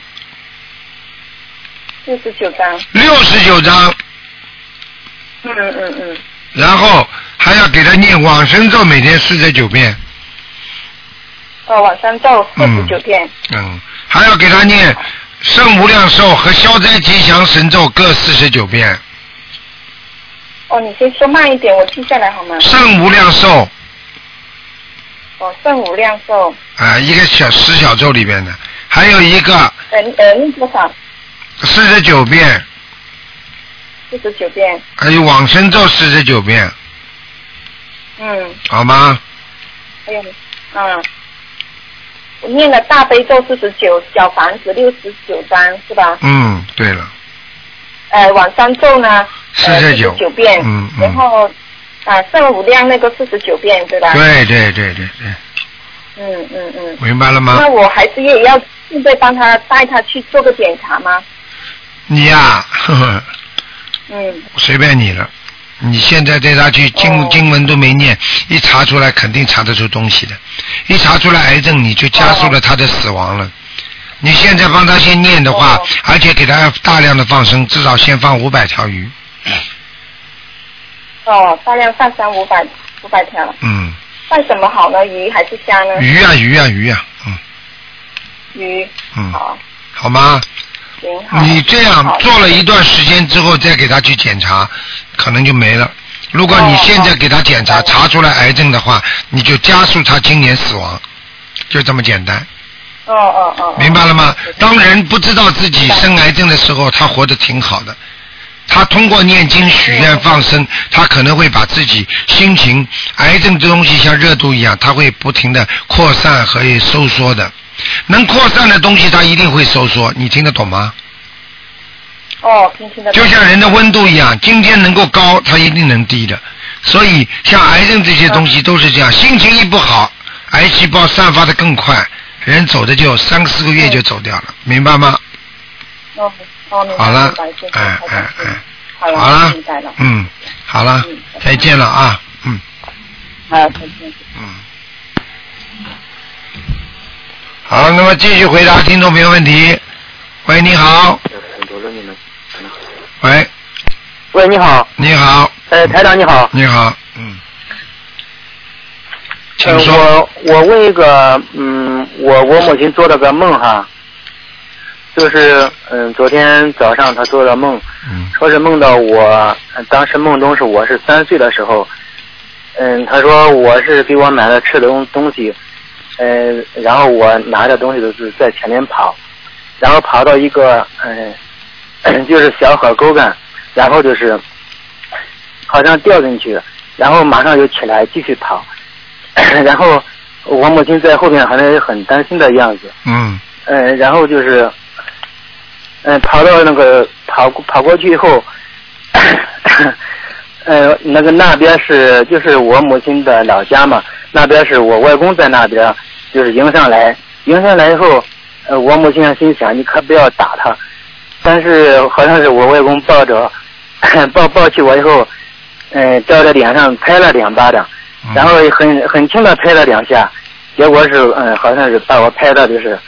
四十九张。
六十九章，
嗯嗯嗯。
然后还要给他念往生咒，每天四十九遍。
哦，晚上到四
嗯
十九天。
嗯，还要给他念圣无量寿和消灾吉祥神咒各四十九遍，
哦，你先说慢一点，我记下来好吗？
圣无量寿
哦，圣无量寿，
啊、一个小十小咒里边的，还有一个
呃呃，念多少？
四十九遍，
四十九遍。
还有往生咒四十九遍，
嗯，
好吗？
还有，嗯，我念了大悲咒四十九，小房子六十九张是吧？
嗯，对了，
呃，往上咒呢？呃
49
九遍。
嗯嗯
然后啊，圣无量那个四十九遍对吧？。
对对对对对，
嗯嗯嗯。
明白了吗
那？我孩子也要现在帮他带他去做个检查吗？
你呀、呵呵，
嗯，
随便你了。你现在带他去经
哦
经文都没念，一查出来肯定查得出东西的，一查出来癌症你就加速
哦
了他的死亡了。你现在帮他先念的话
哦，
而且给他大量的放生，至少先放五百条鱼。
哦，大量上山五百五百条，
嗯，
带什么好呢？鱼还是虾呢？
鱼啊鱼啊鱼啊，嗯
鱼。
嗯，
好，
好吗？
行好。
你这样
好
做了一段时间之后，再给他去检查，可能就没了。如果你
哦
现在
哦
给他检查
哦
查出来癌症的话，你就加速他今年死亡，就这么简单。
哦哦哦。哦
明白了吗？当人不知道自己生癌症的时候，他活得挺好的。他通过念经、许愿、放生，他可能会把自己心情，癌症这东西像热度一样，它会不停的扩散和收缩的。能扩散的东西，它一定会收缩。你听得懂吗？
哦，听清的。
就像人的温度一样，今天能够高，它一定能低的。所以，像癌症这些东西都是
嗯
这样，心情一不好，癌细胞散发的更快，人走的就三四个月就走掉了，明白吗？
哦哦，明白
好了
明白，谢谢
哎
台长
哎哎，
好了，
好了
明白了，。
嗯，好了
嗯，
再见了啊，嗯
好，
啊
再见。
嗯。好，那么继续回答听众朋友问题。喂，你好，喂，
喂，你好，
你好，
呃，台长你好，
你好，嗯，请
呃，
说，
我我问一个，嗯，我我母亲做了个梦哈，就是嗯，昨天早上她做了梦，
嗯
说是梦到我，呃当时梦中是我是三岁的时候，嗯，她说我是给我买了吃的东东西，嗯，然后我拿着东西就是在前面跑，然后跑到一个嗯、 就是小河沟干，然后就是好像掉进去，然后马上就起来继续跑，然后我母亲在后面好像也很担心的样子，
嗯
嗯，然后就是，嗯，跑到那个跑过跑过去以后，呃，那个那边是就是我母亲的老家嘛，那边是我外公在那边，就是迎上来，迎上来以后，呃，我母亲心想你可不要打他，但是好像是我外公抱着抱抱起我以后，嗯、呃，在我的脸上拍了两巴掌，
嗯
然后很很轻的拍了两下，结果是嗯，好像是把我拍到就是，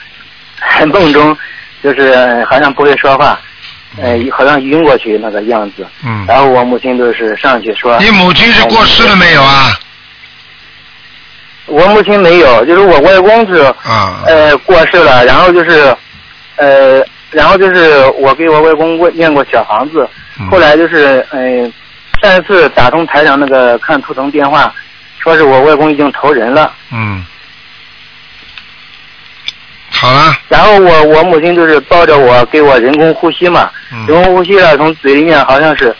梦中就是、嗯好像不会说话，呃，好像晕过去那个样子。
嗯，
然后我母亲就是上去说，
你母亲是过世了没有啊？
我母亲没有，就是我外公是
啊，
呃过世了，然后就是呃，然后就是我给我外公问念过小房子，
嗯
后来就是嗯、呃上一次打通台长那个看图腾电话，说是我外公已经投人了。
嗯，好了，
然后我我母亲就是抱着我给我人工呼吸嘛，
嗯
人工呼吸了，从嘴里面好像是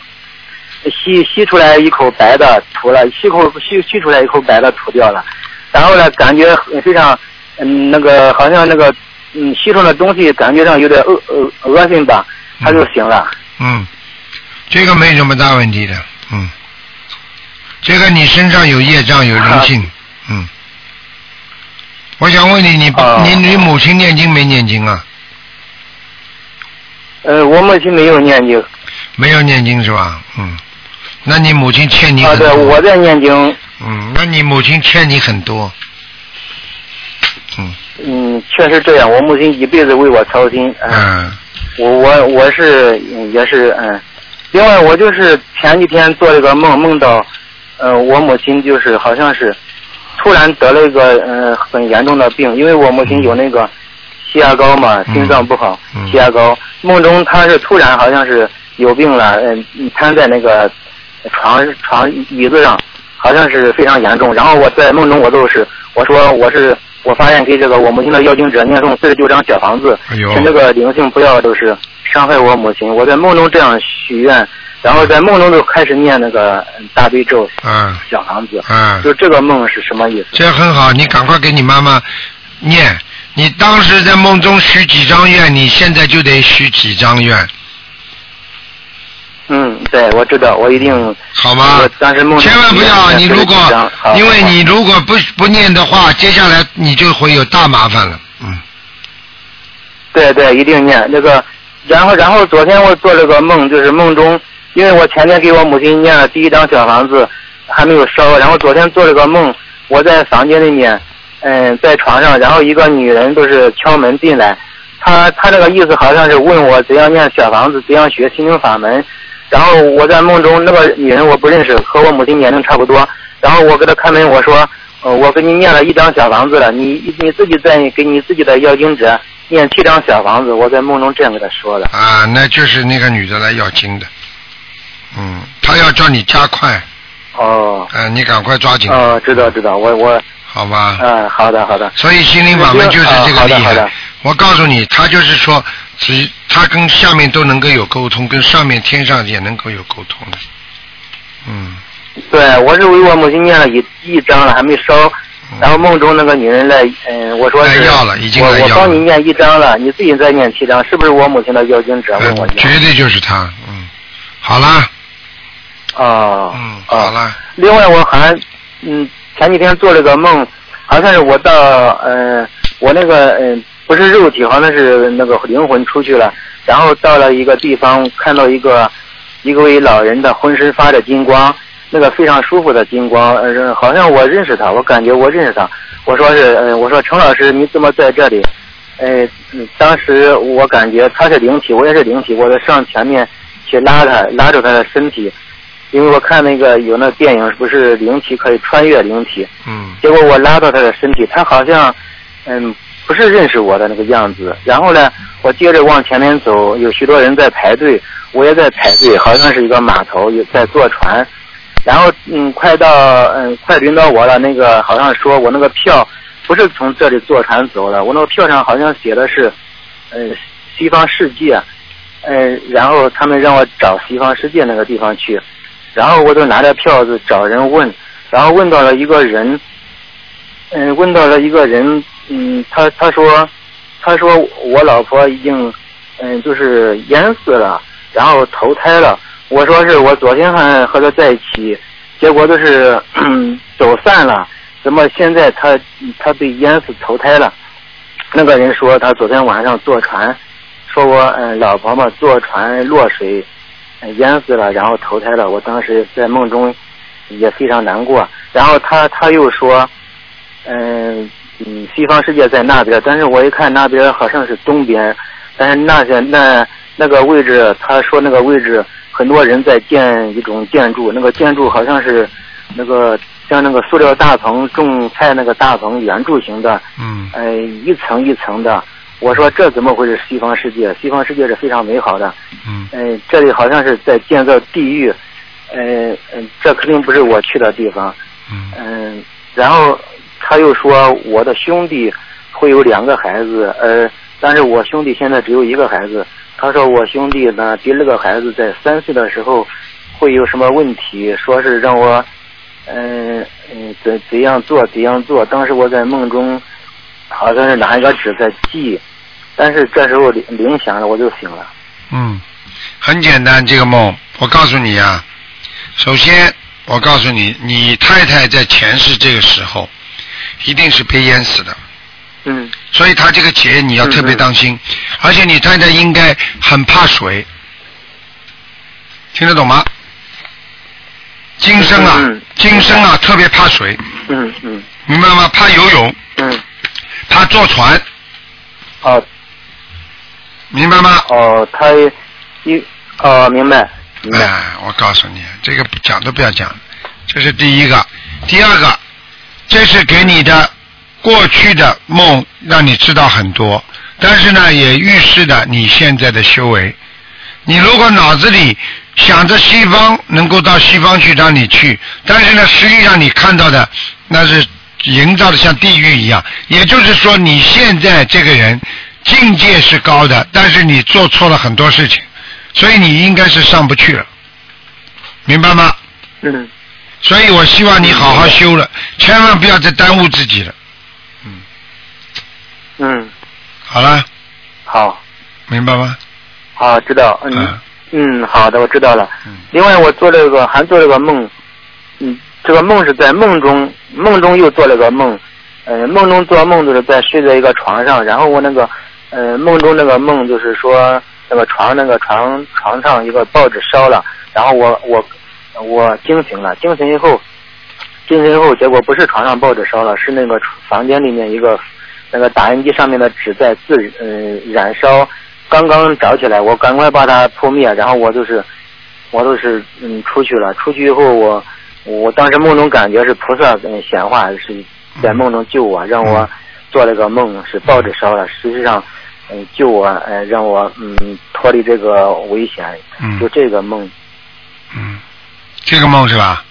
吸吸出来一口白的吐了，吸口吸吸出来一口白的吐掉了，然后呢感觉非常嗯那个好像那个嗯吸上的东西感觉上有点恶恶恶心吧，
嗯
他就醒了。
嗯，这个没什么大问题的，嗯，这个你身上有业障，有灵性，
啊
嗯。我想问你，你爸
啊
你你母亲念经没念经啊？
呃，我母亲没有念经。
没有念经是吧？嗯，那你母亲欠你
啊，
很多。
对，我在念经，
嗯，那你母亲欠你很多。
嗯，确实这样。我母亲一辈子为我操心，嗯、
嗯
我我我是嗯也是嗯，另外我就是前几天做了一个梦，梦到，呃，我母亲就是好像是突然得了一个呃很严重的病，因为我母亲有那个血压高嘛，心脏不好，血压高。梦中她是突然好像是有病了，嗯、瘫在那个床床椅子上，好像是非常严重。然后我在梦中我就是我说我是我发现给这个我母亲的要经者念诵四十九张小房子，
哎呦
请这个灵性不要就是伤害我母亲。我在梦中这样许愿，然后在梦中就开始念那个大悲咒
嗯
小房子。
嗯，
就这个梦是什么意思？
这很好，你赶快给你妈妈念。你当时在梦中许几张愿，你现在就得许几张愿，
嗯，对，我知道，我一定。
好吗？
我当时梦中
千万不要，
念
你如果
49张好
因为
啊好
你如果不不念的话，接下来你就会有大麻烦了。嗯，
对对，一定念那个。然后，然后昨天我做了个梦，就是梦中，因为我前天给我母亲念了第一张小房子，还没有烧。然后昨天做了个梦，我在房间里面，嗯，在床上，然后一个女人就是敲门进来，她她这个意思好像是问我怎样念小房子，怎样学心灵法门。然后我在梦中，那个女人我不认识，和我母亲年龄差不多。然后我给她开门，我说，呃，我给你念了一张小房子了，你你自己再给你自己的要经者念七张小房子。我在梦中这样给她说的。
啊，那就是那个女的来要经的，嗯，她要叫你加快，
哦。
嗯、你赶快抓紧，
哦，知道知道，我我。
好吧？
嗯，好的好的。
所以心灵法门就是这个厉
啊好的好
害
的。
我告诉你，他就是说，只他跟下面都能够有沟通，跟上面天上也能够有沟通的。嗯，
对，我是为我母亲念了一一张了，还没烧。然后梦中那个女人来，嗯，我说
嗯
是，
来要了已经来
我我
要
帮
了
你念一张了，你自己再念七张，是不是我母亲的要经
嗯
者问我要？
绝对就是他。嗯，好啦，
哦，
嗯，好啦，
另外我还嗯前几天做了个梦，好像是我到嗯、呃、我那个嗯、不是肉体，好像是那个灵魂出去了，然后到了一个地方，看到一个一位老人的浑身发着金光，那个非常舒服的金光，呃，好像我认识他，我感觉我认识他，我说是，呃，我说陈老师你怎么在这里？呃，嗯当时我感觉他是灵体，我也是灵体，我就上前面去拉他，拉住他的身体，因为我看那个有那电影，不是灵体可以穿越灵体，
嗯
结果我拉到他的身体，他好像嗯不是认识我的那个样子。然后呢，我接着往前面走，有许多人在排队，我也在排队，好像是一个码头，有在坐船。然后嗯，快到嗯快轮到我了，那个好像说我那个票不是从这里坐船走的，我那个票上好像写的是嗯西方世界，嗯，然后他们让我找西方世界那个地方去，然后我就拿着票子找人问，然后问到了一个人，嗯，问到了一个人，嗯，他他说，他说我老婆已经，嗯，就是淹死了，然后投胎了。我说是我昨天还和她在一起，结果就是走散了，怎么现在她她被淹死投胎了？那个人说他昨天晚上坐船，说我嗯老婆嘛坐船落水，嗯淹死了，然后投胎了。我当时在梦中也非常难过。然后他他又说，嗯嗯，西方世界在那边，但是我一看那边好像是东边，但是那些那那个位置，他说那个位置很多人在建一种建筑，那个建筑好像是那个像那个塑料大棚种菜那个大棚圆柱形的，
嗯
呃，一层一层的。我说这怎么会是西方世界？西方世界是非常美好的。
嗯。
呃，这里好像是在建造地狱。呃，嗯，这肯定不是我去的地方。
嗯。
嗯，然后他又说我的兄弟会有两个孩子，呃，但是我兄弟现在只有一个孩子。他说我兄弟呢，第二个孩子在三岁的时候会有什么问题，说是让我，嗯嗯，怎怎样做怎样做。当时我在梦中好像是拿一个纸在记，但是这时候铃铃响了，我就醒了。
嗯，很简单，这个梦，我告诉你啊，首先我我告诉你，你太太在前世这个时候，一定是被淹死的。
嗯。
所以她这个劫你要特别当心，而且你太太应该很怕水，听得懂吗？今生啊，
嗯
今生啊特别怕水，
嗯嗯
明白吗？怕游泳，
嗯，
怕坐船，
哦
明白吗？
哦，他一哦，明白明白，
哎，我告诉你，这个讲都不要讲，这是第一个。第二个，这是给你的过去的梦，让你知道很多，但是呢，也预示着你现在的修为。你如果脑子里想着西方，能够到西方去让你去，但是呢，实际上你看到的那是营造的像地狱一样。也就是说，你现在这个人境界是高的，但是你做错了很多事情。所以你应该是上不去了，明白吗？
嗯
所以我希望你好好修了，千万不要再耽误自己了。
嗯，
好了，
好
明白吗？
好知道，嗯
嗯
嗯，好的，我知道了。
嗯
另外，我做了个还做了个梦，嗯，这个梦是在梦中，梦中又做了个梦，呃，梦中做梦就是在睡在一个床上，然后我那个，呃，梦中那个梦就是说那个床那个床床上一个报纸烧了，然后我我我惊醒了，惊醒以后，惊醒以后结果不是床上报纸烧了，是那个床房间里面一个那个打印机上面的纸在自嗯、燃烧，刚刚着起来，我赶快把它扑灭，然后我就是。我都是嗯出去了，出去以后我我当时梦中感觉是菩萨嗯显化，是在梦中救我，让
嗯
我做了个梦，是报纸烧了，实际上嗯救我，呃让我嗯脱离这个危险，
嗯
就这个梦，
嗯，这个梦是吧？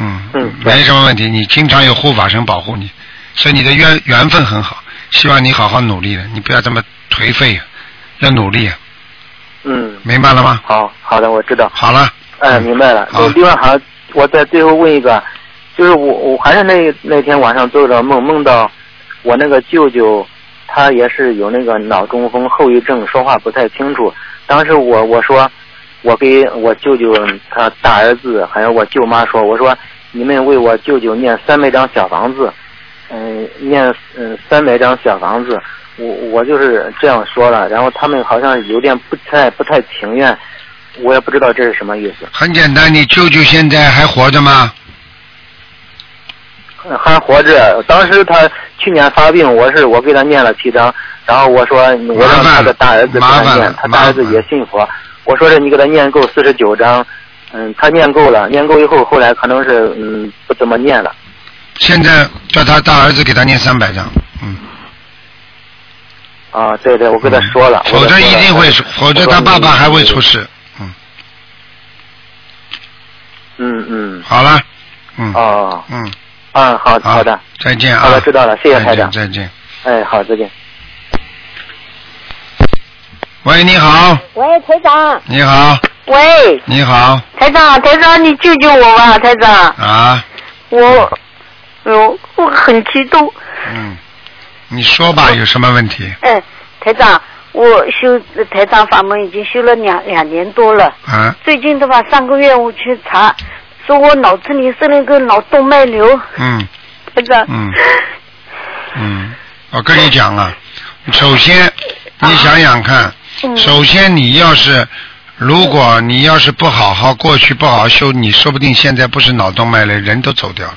嗯
嗯对
没什么问题。你经常有护法神保护你，所以你的缘缘分很好。希望你好好努力了，你不要这么颓废啊，要努力啊，
嗯，
明白了吗？
好好的，我知道，
好了，
哎，明白了。
好
另外还我再最后问一个，就是我我还是那那天晚上做了个梦，梦到我那个舅舅，他也是有那个脑中风后遗症，说话不太清楚。当时我我说我给我舅舅他大儿子还有我舅妈说，我说你们为我舅舅念三百张小房子，嗯，念嗯三百张小房子，我我就是这样说了，然后他们好像有点不太不太情愿，我也不知道这是什么意思。
很简单，你舅舅现在还活着吗？
嗯还活着，当时他去年发病，我是我给他念了七章，然后我说我让他的大儿子给
麻
他
烦了
念，他大儿子
麻烦了
也信佛，我说是你给他念够四十九章，嗯，他念够了，念够以后，后来可能是嗯不怎么念了，
现在叫他大儿子给他念三百张，嗯。
啊，对对，我跟他说了，
否则一定会，否
我
则
说
他爸爸还会出
你
事。嗯，
嗯嗯，
好了，嗯，
哦，
嗯，
嗯，好好的，，
再见啊，
好的，知道了，谢谢
再见
台长，
再见。
哎，好，再见。
喂，你好，
喂，台长。
你好，
喂，
你好，
台长，台长，你救救我吧，台长，
啊，
我，我我很激动。
嗯，你说吧，有什么问题？
哎，台长，我修台长法门已经修了两两年多了，
啊，
最近的吧，上个月我去查，说我脑子里生了个脑动脉瘤，
嗯
台长。
嗯嗯，我跟你讲啊，首先你想想看，
嗯
首先你要是。如果你要是不好好过去不好好修，你说不定现在不是脑动脉瘤，人都走掉了。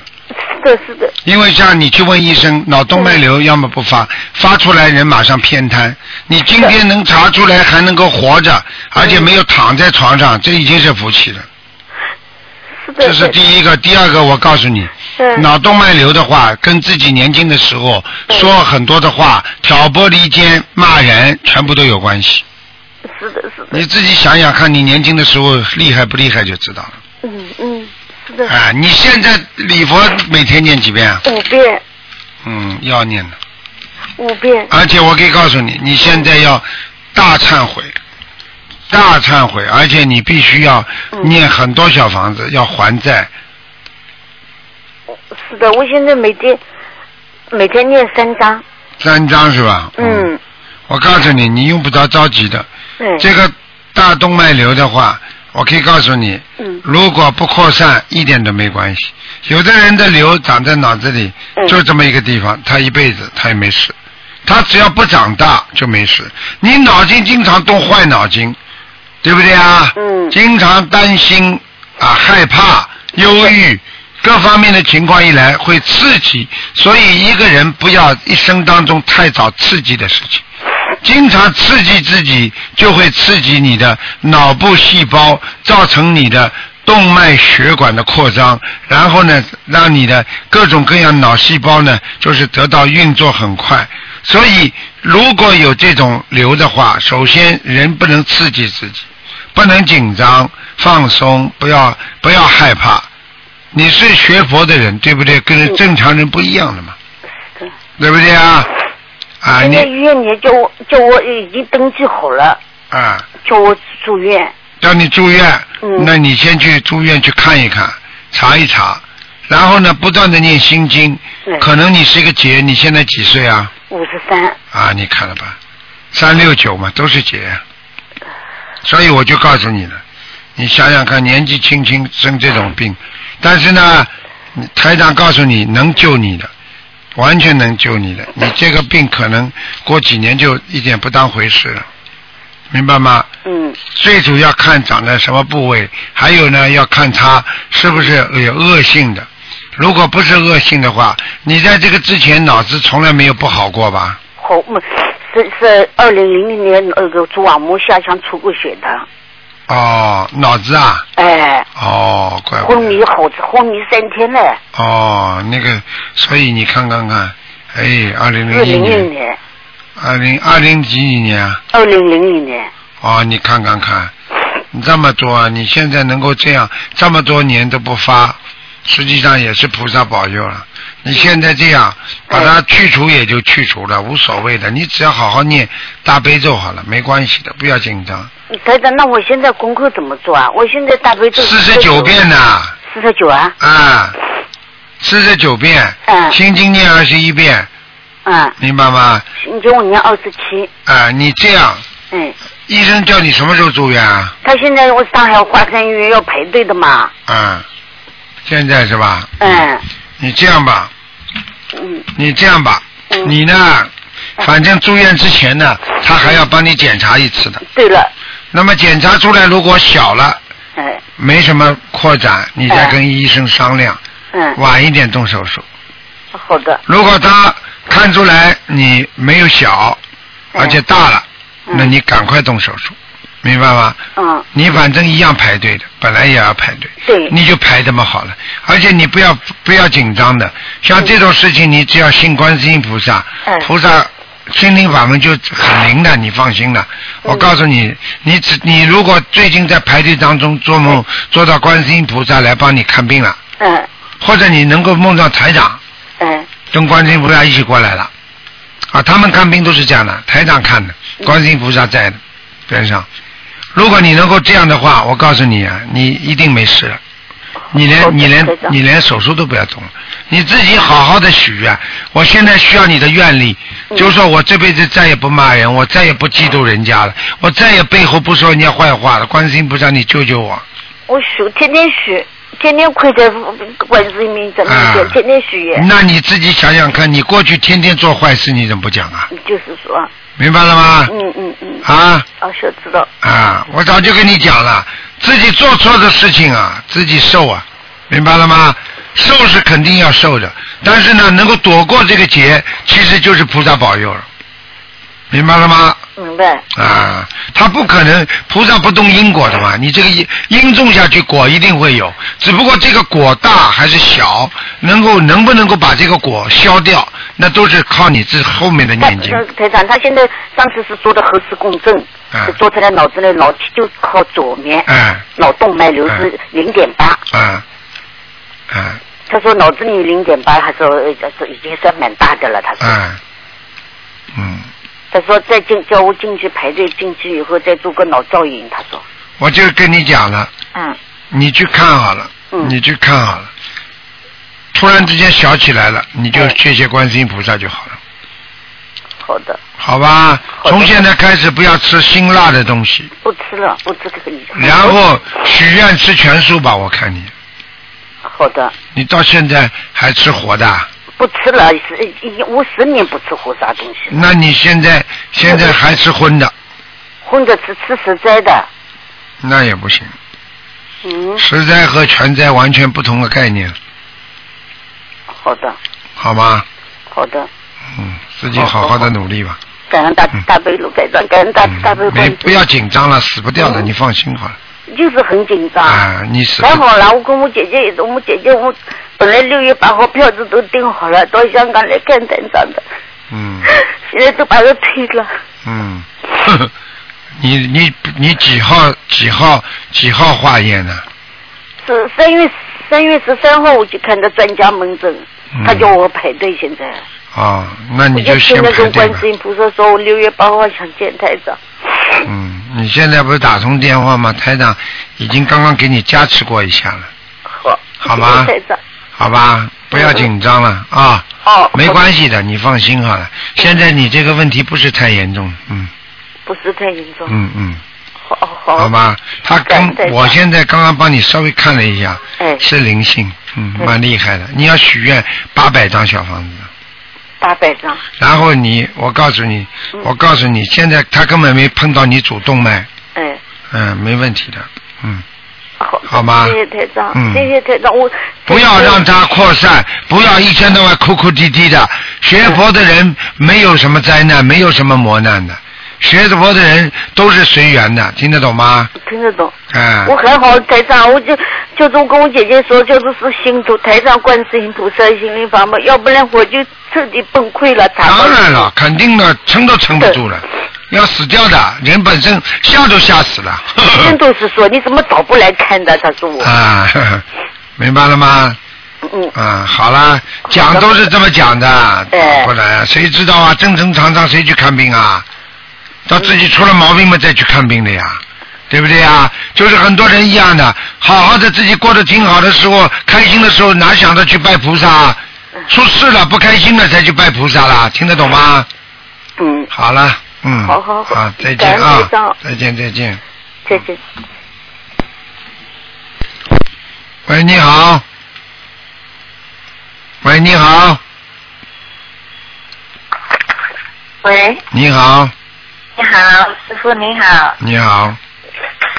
是的，是的，嗯
因为像你去问医生，脑动脉瘤要么不发，发出来人马上偏瘫。你今天能查出来还能够活着，
嗯
而且没有躺在床上，这已经是福气了。
是的。
这是第一个，第二个，我告诉你，
嗯
脑动脉瘤的话，跟自己年轻的时候说很多的话、挑拨离间、骂人，全部都有关系。
是的，是的，
你自己想想看，你年轻的时候厉害不厉害就知道了。
嗯嗯，是的，
哎，你现在礼佛每天念几遍啊？
五遍，
嗯，要念的。
五遍，
而且我可以告诉你，你现在要大忏悔，大忏悔，而且你必须要
嗯
念很多小房子，要还债。
是的，我现在每天每天念三章，
三张是吧？
嗯，哎
我告诉你，你用不着着急的。
对，
这个大动脉瘤的话，我可以告诉你，
嗯
如果不扩散，一点都没关系。有的人的瘤长在脑子里，就这么一个地方，他一辈子他也没事。他只要不长大就没事。你脑筋经常动坏脑筋，对不对啊？嗯。经常担心啊、害怕、忧郁，各方面的情况一来会刺激，所以一个人不要一生当中太早刺激的事情。经常刺激自己，就会刺激你的脑部细胞，造成你的动脉血管的扩张，然后呢，让你的各种各样脑细胞呢，就是得到运作很快。所以，如果有这种瘤的话，首先人不能刺激自己，不能紧张、放松，不要不要害怕。你是学佛的人，对不对？跟人正常人不一样的嘛，对不对啊？啊，
现
你
在医院里叫我叫我已经登记好了，
啊。
叫我住院。
让你住院，
嗯
那你先去住院去看一看，查一查，然后呢，不断的念心经。
对
可能你是一个劫，你现在几岁啊？
五十三，
啊，你看了吧，三六九嘛，都是劫。所以我就告诉你了，你想想看，年纪轻轻生这种病，但是呢，你台长告诉你能救你的，完全能救你的。你这个病可能过几年就一点不当回事了，明白吗？
嗯。
最主要看长在什么部位，还有呢要看它是不是有恶性的。如果不是恶性的话，你在这个之前脑子从来没有不好过吧？
好，没嗯是是二零零零年那个做网膜下腔出过血的，
哦，脑子啊，
哎，
哦，怪不
昏
得，
迷好昏迷三天嘞，
哦，那个，所以你看看看，哎，二零零
二
一
零零
年，
年，
二零二零几几年啊？
二零零零年，
哦，你看看看，你这么多，啊你现在能够这样这么多年都不发，实际上也是菩萨保佑了。你现在这样把它去除也就去除了，无所谓的。你只要好好念大悲咒好了，没关系的，不要紧张。
台长，那我现在功课怎么做啊？我现在大悲咒
四十九遍呢、
啊四十九啊，
啊，四十九遍，心经念二十一遍，
嗯，
明白吗？
你给我念二十七，
啊，你这样，
嗯，
医生叫你什么时候住院啊？
他现在我上海华山医院要排队的嘛，
啊，现在是吧？
嗯
你这样吧，
嗯，
你这样吧，你呢，反正住院之前呢，他还要帮你检查一次的。
对了，
那么检查出来如果小了，
哎，
没什么扩展，你再跟医生商量，
嗯，
晚一点动手术。
好的，
如果他看出来你没有小，
嗯
而且大了，那你赶快动手术，明白吗？
嗯，
你反正一样排队的，本来也要排队，
对，
你就排这么好了。而且你不要不要紧张的，像这
嗯
种事情，你只要信观世音菩萨，菩萨心灵法门就很灵的，你放心
嗯
了。我告诉你，你只你如果最近在排队当中做梦做到观世音菩萨来帮你看病了，
嗯
或者你能够梦到台长，
嗯，
跟观世音菩萨一起过来了。啊，他们看病都是这样的，台长看的，
嗯
观世音菩萨在的边上。如果你能够这样的话，我告诉你啊，你一定没事了。你连你连你连手术都不要动了，你自己好好的许愿。我现在需要你的愿力，
嗯
就是说我这辈子再也不骂人，我再也不嫉妒人家了，我再也背后不说人家坏话了。观世音菩萨，你救救我！
我许天天许，天天跪在观世音面前，天天许愿，
啊那你自己想想看，你过去天天做坏事，你怎么不讲啊？
就是说，
明白了吗？
嗯嗯嗯，
啊
哦，是知道，
啊！我早就跟你讲了，自己做错的事情啊，自己受啊，明白了吗？受是肯定要受的，但是呢，能够躲过这个劫，其实就是菩萨保佑了，明白了吗？
明白，
啊，他不可能，菩萨不动因果的嘛。你这个因因种下去，果一定会有，只不过这个果大还是小，能够能不能够把这个果消掉，那都是靠你这后面的念经。
那呃台长，他现在上次是做的核磁共振，
嗯
是做出来脑子的脑就靠左面，
嗯
脑动脉瘤是零点八，
嗯嗯
他说脑子里零点八，他说呃这已经算蛮大的了，他说，
嗯嗯，
他说再进叫我进去排队进去以后再做个脑造影，他说，
我就跟你讲了，
嗯
你去看好了，你去看好了。突然之间小起来了，你就谢谢观世音菩萨就好了，
嗯好的，
好吧？从现在开始不要吃辛辣的东西，
不吃了，不吃这个鱼。
然后许愿吃全素吧，我看你，
好的，
你到现在还吃活的啊，
不吃了，是已经我十年不吃活啥东西，
那你现在现在还吃荤的，
荤的吃吃实在的，
那也不行。
嗯，
实在和全在完全不同的概念，
好的，
好吗？
好的，
嗯，自己好好的努力吧，
感恩大慈大悲卢台长，感恩大慈大悲
嗯没
观
不要紧张了，死不掉的，你放心好了。
世，就是很紧张。
啊，你死不
还嗯好啦，我跟我姐姐也是，我姐姐我本来六月八号票子都订好了，到香港来看台长的，
嗯
现在都把它退了。
嗯， 呵呵你你你几号几号几号化验呢？
是三月三月十三号我去看的专家门诊，
嗯
他叫我排队，现在
哦，那
我
你
就
先
听那
排
个
队
观
吧
世。音菩萨说，我六月八号想见台长。
嗯，你现在不是打通电话吗？台长已经刚刚给你加持过一下了。
好。
好吗
谢谢台长，
好吧，不要紧张了啊。
哦
没关系的，你放心好了。现在你这个问题不是太严重，嗯
不是太严重。
嗯嗯，
好好。
好吧。他刚
感，谢
我现在刚刚帮你稍微看了一下，
哎
是灵性，嗯，
嗯
蛮厉害的。你要许愿八百张小房子，
八百张。嗯
然后你，我告诉你，我告诉你，现在他根本没碰到你主动脉，
哎，
嗯，没问题的，嗯，
好，
好吗
谢？谢台长，
嗯
谢谢台长，我
不要让它扩散，不要一天到晚哭哭啼啼的。学佛的人没有什么灾难，没有什么磨难的。学佛的人都是随缘的，听得懂吗？
听得懂。
哎、
我很好，台长，我就就是我跟我姐姐说，就是是信徒，台上观世音菩萨心灵法门，要不然我就彻底崩溃了。查
当然了，肯定的，撑都撑不住了，要死掉的人本身吓都吓死了。
医生都是说你怎么早不来看的？他说我，
啊， 呵呵明白了吗？
嗯。
啊，好啦，讲都是这么讲的，不然谁知道啊？正正常常谁去看病啊？到自己出了毛病嘛，再去看病的呀，对不对呀？就是很多人一样的，好好的自己过得挺好的时候，开心的时候，哪想着去拜菩萨啊？出事了，不开心了才去拜菩萨啦，听得懂吗？
嗯。
好了，嗯。
好好好
啊，再
感
见
恩台
啊
长，
再见再见。
谢谢。
喂，你好。喂，你好，
喂，
你好，
你好，师傅你好，
你好，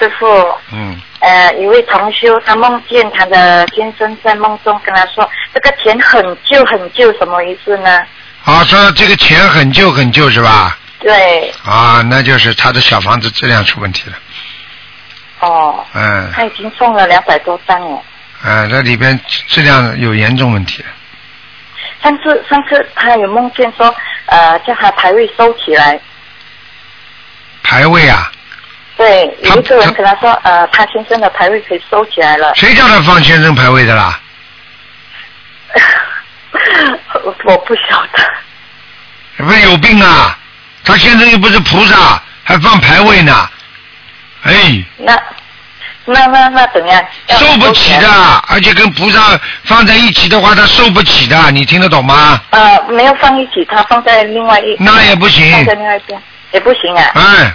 师傅，
嗯，
呃，一位同修他梦见他的先生在梦中跟他说，这个钱很旧很旧，什么意思呢？
啊，说这个钱很旧很旧是吧？
对，
啊，那就是他的小房子质量出问题了。
哦，
嗯
他已经送了两百多张了。
嗯，这里边质量有严重问题。
上次上次他有梦见说，呃，叫他牌位收起来，
排位啊，
对，有一个人跟他说，呃，他先生的牌位可以收起来了。
谁叫他放先生排位的啦？
我 我不晓得，
不是有病啊！他先生又不是菩萨，还放排位呢。哎，
那那那那怎样？要
受不起
收
的
来，
啊而且跟菩萨放在一起的话，他受不起的，你听得懂吗？
呃，没有放一起，他放在另外一
那也不行
放在另外一边也不行啊。
哎，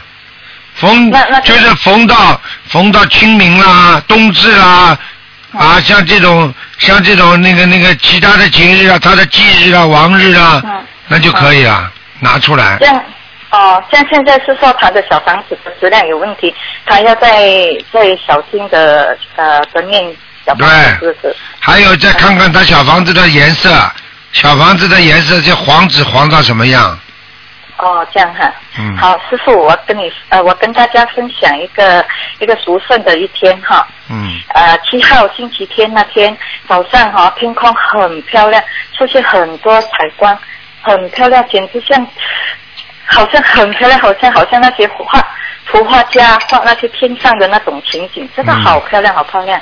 逢就是逢到逢到清明啦、冬至啦，啊，像这种像这种那个那个其他的节日啊，他的忌日啊、王日啊，那就可以了，拿出来
这。样哦，像现在是说他的小房子的质量有问题，他要再再小心的呃的念小房子是不是？
还有再看看他小房子的颜色，小房子的颜色这黄纸黄到什么样？
哦，这样哈。
嗯
好，师傅，我跟你呃，我跟大家分享一个一个俗圣的一天哈。
嗯。
呃，七号星期天那天早上哈、天空很漂亮，出现很多彩光，很漂亮，简直像，好像很漂亮，好像好像那些画图画家画那些天上的那种情景，真的
嗯
好漂亮，好漂亮。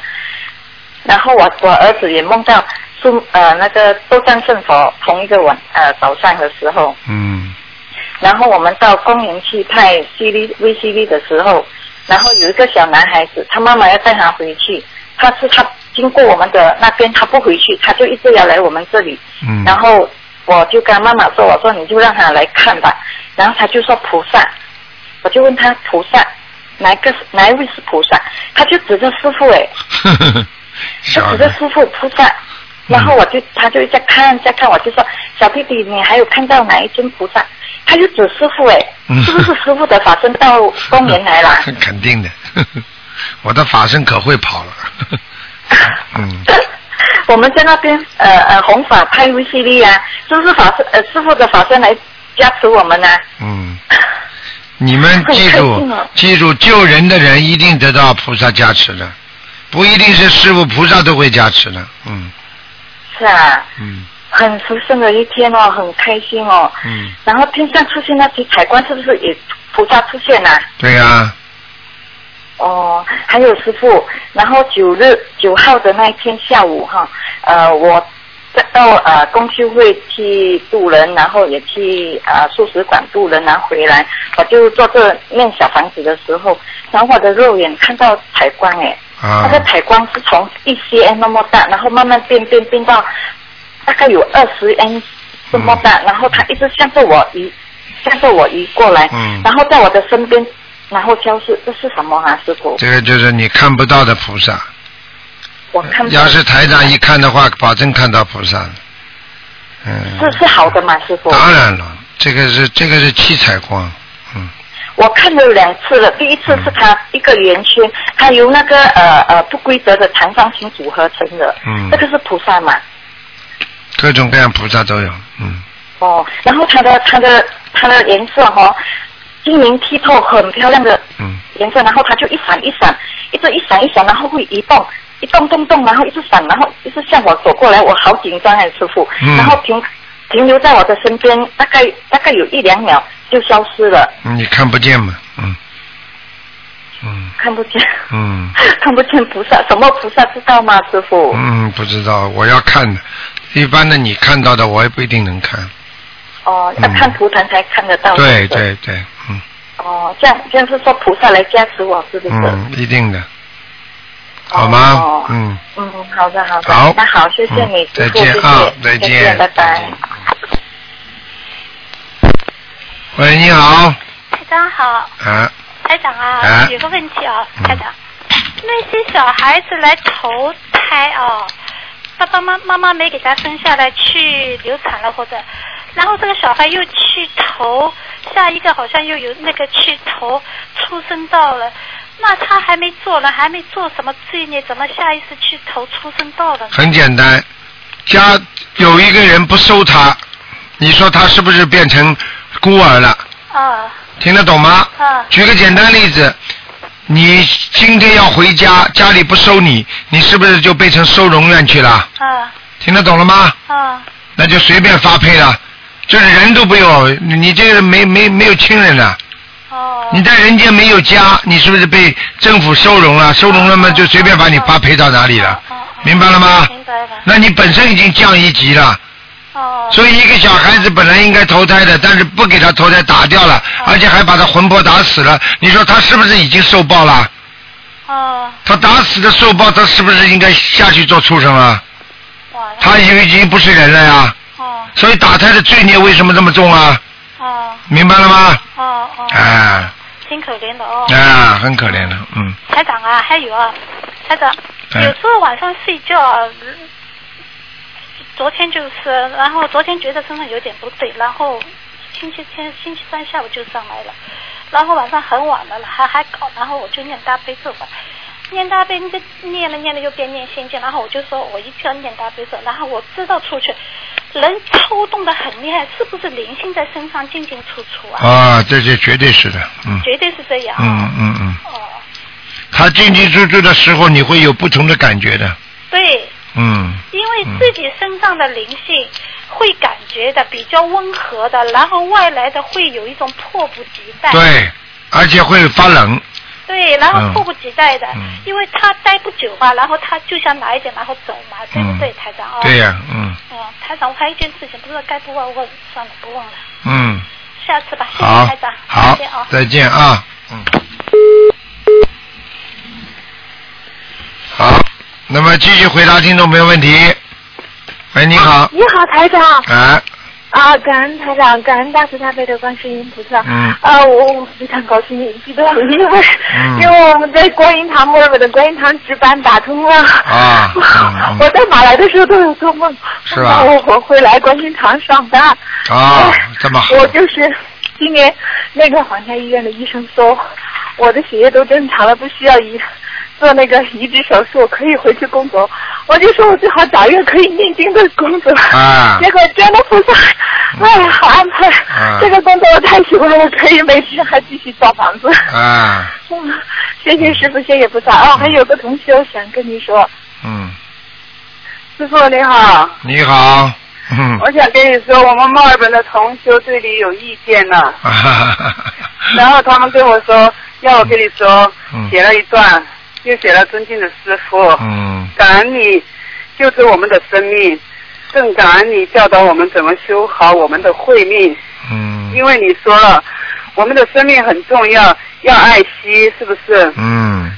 然后我我儿子也梦到是呃那个斗战胜佛同一个晚呃早上的时候，
嗯
然后我们到公园去拍 CD VCD 的时候，然后有一个小男孩子，他妈妈要带他回去，他是他经过我们的那边，他不回去，他就一直要来我们这里。
嗯
然后我就跟妈妈说，我说你就让他来看吧。然后他就说菩萨，我就问他菩萨哪一个是哪一位是菩萨，他就指着师傅哎，
小
哎
他指着师傅菩萨，然后我就他就一直看一下看，我就说小弟弟你还有看到哪一尊菩萨？他就指师傅哎，
嗯
是不是师傅的法身到公 园来了？
肯定的，我的法身可会跑了。嗯，
我们在那边呃呃弘法派威西利啊，是不是法师呃师傅的法身来加持我们呢、啊
嗯，你们记
很开
住
心啊，
记住，救人的人一定得到菩萨加持的，不一定是师傅，菩萨都会加持的。嗯
是啊，
嗯
很殊胜的一天哦，很开心哦。
嗯，
然后天上出现那些彩光，是不是也菩萨出现啊？
对呀、
哦，还有师傅，然后九日九号的那一天下午哈，呃，我到呃公修会去渡人，然后也去呃素食馆渡人，然后回来，我就坐着念小房子的时候，然后我的肉眼看到采光哎，
啊
那个采光是从一 cm 那么大，然后慢慢变变变到大概有二十 m 这么大，
嗯
然后它一直向着我移，向着我移过来，
嗯
然后在我的身边。然后消失，这是什么啊，师傅？
这个就是你看不到的菩萨。
我看不到
要是台长一看的话，保证看到菩萨了。嗯，
是是好的嘛，师傅？
当然了，这个是这个是七彩光。
我看了两次了，第一次是它一个圆圈，它由那个呃呃不规则的长方形组合成的，
嗯
这个是菩萨嘛？
各种各样菩萨都有，嗯，
哦，然后它的它的它的颜色哈、哦，晶莹剔透，很漂亮的
嗯
颜色，然后它就一闪一闪，一直一闪一闪，然后会移动。一动动动，然后一直闪，然后一直向我走过来，我好紧张哎，师傅。
嗯
然后停停留在我的身边，大概大概有一两秒就消失了，
你看不见嘛，嗯，嗯
看不见。
嗯
看不见菩萨，什么菩萨知道吗，师傅？
嗯，不知道，我要看的，一般的你看到的我也不一定能看，
哦，要看图腾才看得到。
嗯对
是不是。
对对，嗯
哦，这样这样是说菩萨来加持我，是不是？
嗯，一定的，好吗
哦？
嗯，
嗯，好的好的。
好
那好，谢谢你，
嗯
师傅，
再
谢
见
谢
啊再
再
见
拜拜。
喂，你好，
台长好，
啊，
台长啊，
啊
有个问题啊，台长，那些小孩子来投胎啊，爸爸妈妈妈没给他生下来去流产了或者，然后这个小孩又去投下一个，好像又有那个去投出生道了，那他还没做呢，还没做什么罪孽，怎么下一次去投出生道了呢？
很简单，家有一个人不收他，你说他是不是变成孤儿了？
啊
听得懂吗？
啊
举个简单例子，你今天要回家，家里不收你，你是不是就变成收容院去了？
啊
听得懂了吗？
啊
那就随便发配了，就是人都不有，你你这个人没没没有亲人了。哦。你在人间没有家，你是不是被政府收容了？收容了嘛，就随便把你发配到哪里
啊
了？明白了吗？明白了。那你本身已经降一级了。哦。所以一个小孩子本来应该投胎的，但是不给他投胎打掉了，而且还把他魂魄打死了，你说他是不是已经受报了？
哦
他打死的受报，他是不是应该下去做畜生啊？他已经已经不是人了呀。所以打胎的罪孽为什么这么重啊？明白了吗？
哦哦，
啊
挺可怜的哦。
啊，很可怜的，嗯，
台长啊，还有啊，台长，
嗯
有时候晚上睡觉啊，嗯昨天就是，然后昨天觉得身上有点不对，然后星期天、星期三下午就上来了，然后晚上很晚了，还还搞，然后我就念大悲咒吧。念大悲，这念了念了又变念心经，然后我就说我一定要念大悲咒，然后我知道出去，人抽动的很厉害，是不是灵性在身上进进出出啊？
啊，这这绝对是的，嗯，
绝对是这样。
嗯嗯嗯。
哦
他进进出出的时候，你会有不同的感觉的，
对，
嗯，
因为自己身上的灵性会感觉的比较温和的，然后外来的会有一种迫不及待。
对，而且会发冷，
对，然
嗯
后迫不及待的，因为他待不久嘛，然后他就想拿一点，然后走嘛，对不对，台长啊、
嗯对呀、嗯
嗯，台长，我还有一件事情，不知道该不问问，算了，不问了，
嗯，
下次吧。谢谢
好
台长，，
好
再见啊，。
再见啊，嗯，好，那么继续回答听众朋友问题。喂，你好，
你好，台长。
哎、
啊、啊，感恩台长，感恩大慈大悲的观世音菩萨。
嗯
啊，我我非常高兴，激动，因为、
嗯
因为我们在观音堂墨尔本的观音堂值班打通了。
啊，嗯
我在马来的时候都有做梦，
是吧
梦到我回来观音堂上班。
嗯啊，这么好，
我就是今年那个皇家医院的医生说，我的血液都正常了，不需要移做那个移植手术，可以回去工作。我就说我最好找一个可以念经的工作，
啊 嗯
结果真的菩萨，哎呀，好安排，
啊
这个工作我太喜欢了，可以每天还继续造房子。
啊，
嗯 谢谢师傅，谢谢菩萨。哦，还有个同学我想跟你说，
嗯，
师傅你好，
你好， 嗯，
我想跟你说，我们墨尔本的同修对你有意见了，
啊哈哈哈
然后他们跟我说，要我跟你说，
嗯
写了一段，又写了尊敬的师傅，
嗯
感恩你救助我们的生命，更感恩你教导我们怎么修好我们的慧命，
嗯
因为你说了，我们的生命很重要，要爱惜，是不是？
嗯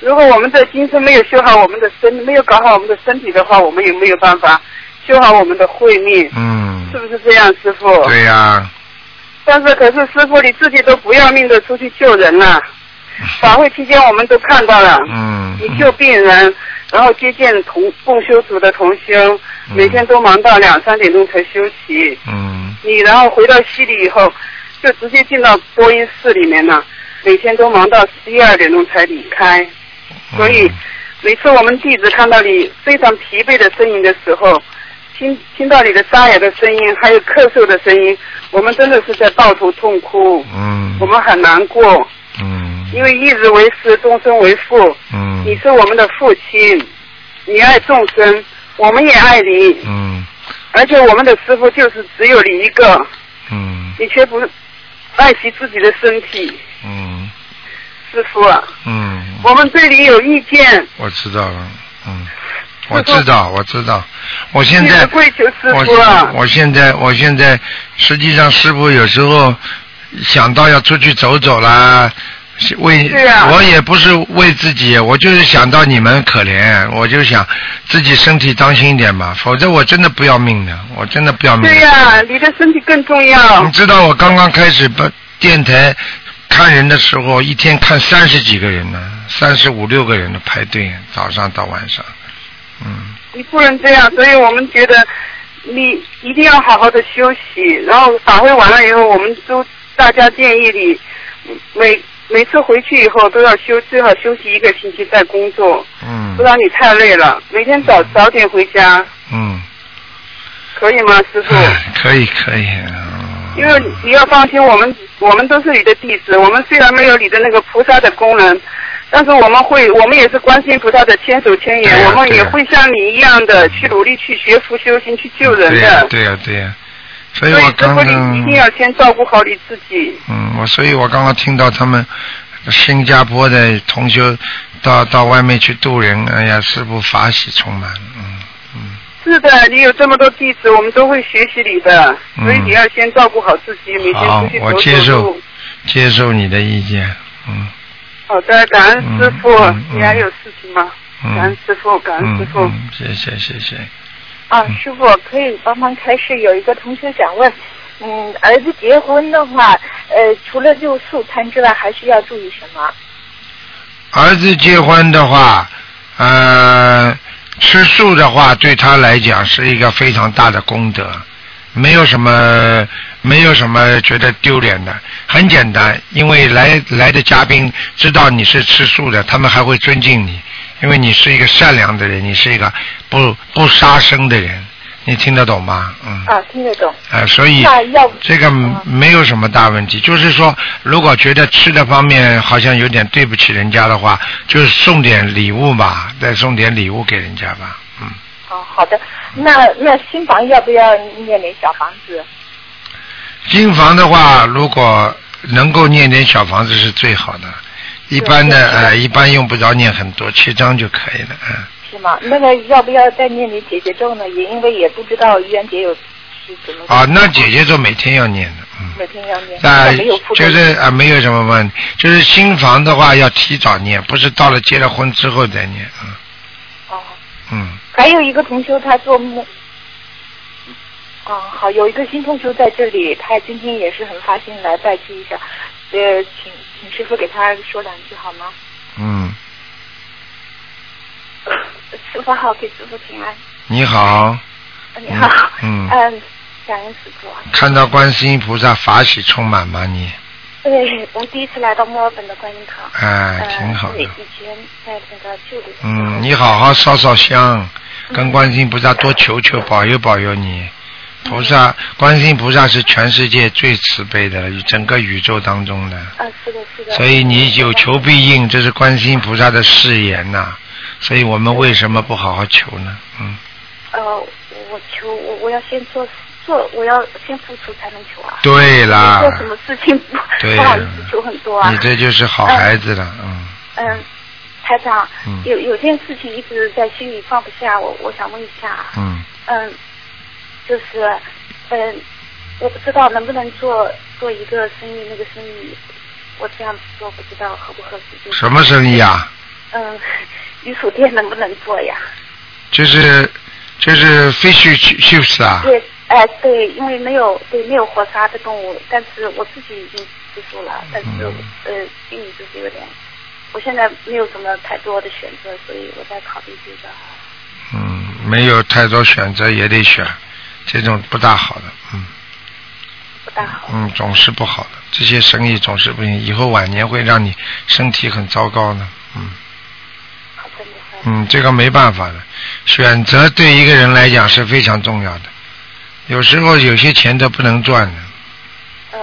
如果我们在今生没有修好我们的身，没有搞好我们的身体的话，我们也没有办法修好我们的慧命，
嗯，
是不是这样，师傅？
对呀、
但是可是师傅你自己都不要命的出去救 人了，法会期间我们都看到了，
嗯
你救病人，然后接见同共修组的同修，每天都忙到两三点钟才休息。
嗯
你然后回到西里以后，就直接进到播音室里面了，每天都忙到十一二点钟才离开。所以
嗯
每次我们弟子看到你非常疲惫的身影的时候，听听到你的沙哑的声音，还有咳嗽的声音，我们真的是在抱头痛哭，
嗯
我们很难过。嗯，因为一日为师，终身为父。
嗯，
你是我们的父亲，你爱众生，我们也爱你。
嗯
而且我们的师傅就是只有你一个，
嗯
你却不爱惜自己的身体，
嗯
师傅、啊，
嗯，
我们对你有意见，
我知道了，嗯，我知道，我知道，我现
弟
在
子跪求师
我
傅啊，
我现在我现在实际上师傅有时候想到要出去走走啦，是为、
是啊
我也不是为自己，我就是想到你们可怜，我就想自己身体当心一点嘛，否则我真的不要命的，我真的不要命的。
对呀、你的身体更重要
你。知道我刚刚开始把电台看人的时候，一天看三十几个人呢，三十五六个人的排队，早上到晚上，嗯
你不能这样，所以我们觉得你一定要好好的休息。然后法会完了以后，我们都大家建议你每每次回去以后都要休，最好休息一个星期再工作，
嗯
不然你太累了。每天早早点回家，
嗯，哎
可以吗，师傅？
可以可以，
因为你要放心，我们我们都是你的弟子，我们虽然没有你的那个菩萨的功能，但是我们会，我们也是观世音菩萨的千手千眼，我们也会像你一样的去努力去学佛修行，去救人
对呀、
的。
对呀、对呀、所
所
以
以
我
师
刚
傅，你一定要
刚，
先照顾好你自己。
嗯，我所以我刚刚听到他们新加坡的同修到到外面去渡人，哎呀，师傅法喜充满，
是的，你有这么多弟子，我们都会学习你的，所以
嗯
你要先照顾好自己，每天
好
出去，
我
走
接
走
受
路。
接受你的意见，嗯
好的，哦感恩师傅
嗯嗯，嗯
你还有事情吗？感恩
嗯
师傅，感恩师
嗯
傅。
嗯，谢谢谢谢，
啊，
嗯
师傅可以帮忙开示，有一个同学想问，嗯，儿子结婚的话，呃，除了就素餐之外，还需要注意什么？
儿子结婚的话，呃，吃素的话，对他来讲是一个非常大的功德，没有什么，没有什么觉得丢脸的，很简单，因为来来的嘉宾知道你是吃素的，他们还会尊敬你，因为你是一个善良的人，你是一个不不杀生的人，你听得懂吗？嗯。
啊，听得懂。
呃，所以
那要嗯
这个没有什么大问题，就是说，如果觉得吃的方面好像有点对不起人家的话，就是送点礼物吧，再送点礼物给人家吧，嗯，
哦，好的。那那新房要不要念点小房子？
新房的话，如果能够念点小房子是最好的，一般的呃，一般用不着念很多，七张就可以了，嗯。
是吗？那个要不要再念点姐姐咒呢？也因为也不知道愚人节有
嗯
是怎么
啊，那姐姐就每天要念的。
每天要念，
啊
没有负，
就
担
是啊，没有什么问题，就是新房的话要提早念，不是到了结了婚之后再念，嗯。
哦。
嗯，
还有一个同修，他做梦，嗯，好，有一个新同学在这里，他今天也是很发心来拜祭一下，呃，请请师傅给他说两句好吗？
嗯，
师傅好，给师傅请安。
你好，
你好，
嗯
嗯，感恩师傅啊。
看到观世音菩萨法喜充满吗你？
对，呃我第一次来到墨尔本的观音堂。
哎
呃
挺好的
是以前在那个旧的。
嗯，你好好烧烧
嗯
香，跟观世音菩萨多求求保佑保佑你。菩
嗯
萨，观世音菩萨是全世界最慈悲的，整个宇宙当中的。
啊，是的，是的。
所以你有求必应，这是观世音菩萨的誓言呐、所以我们为什么不好好求呢？嗯，
呃，我求我我要先做做，我要先付出才能求啊。
对啦
做什么事情不
对
不好意思求很多啊。
你这就是好孩子了，嗯
嗯。嗯，台长，
嗯
有有件事情一直在心里放不下，我我想问一下啊，
嗯，
嗯，就是嗯，我不知道能不能做做一个生意，那个生意我这样子做不知道合不合适。就是
什么生意？啊？
嗯， 鱼薯店能不能做呀？
就是就是 fish chips 啊？
对，哎、对，因为没有对没有活杀的动物，但是我自己已经吃素
嗯
了，但是、呃心里就是有点，我现在没有什么太多的选择，所以我在考虑这个。
嗯，没有太多选择也得选，这种不大好的，嗯。
不大好。
嗯，总是不好的，这些生意总是不行，以后晚年会让你身体很糟糕的，嗯。
哦
嗯，这个没办法的，选择对一个人来讲是非常重要的，有时候有些钱都不能赚的。
嗯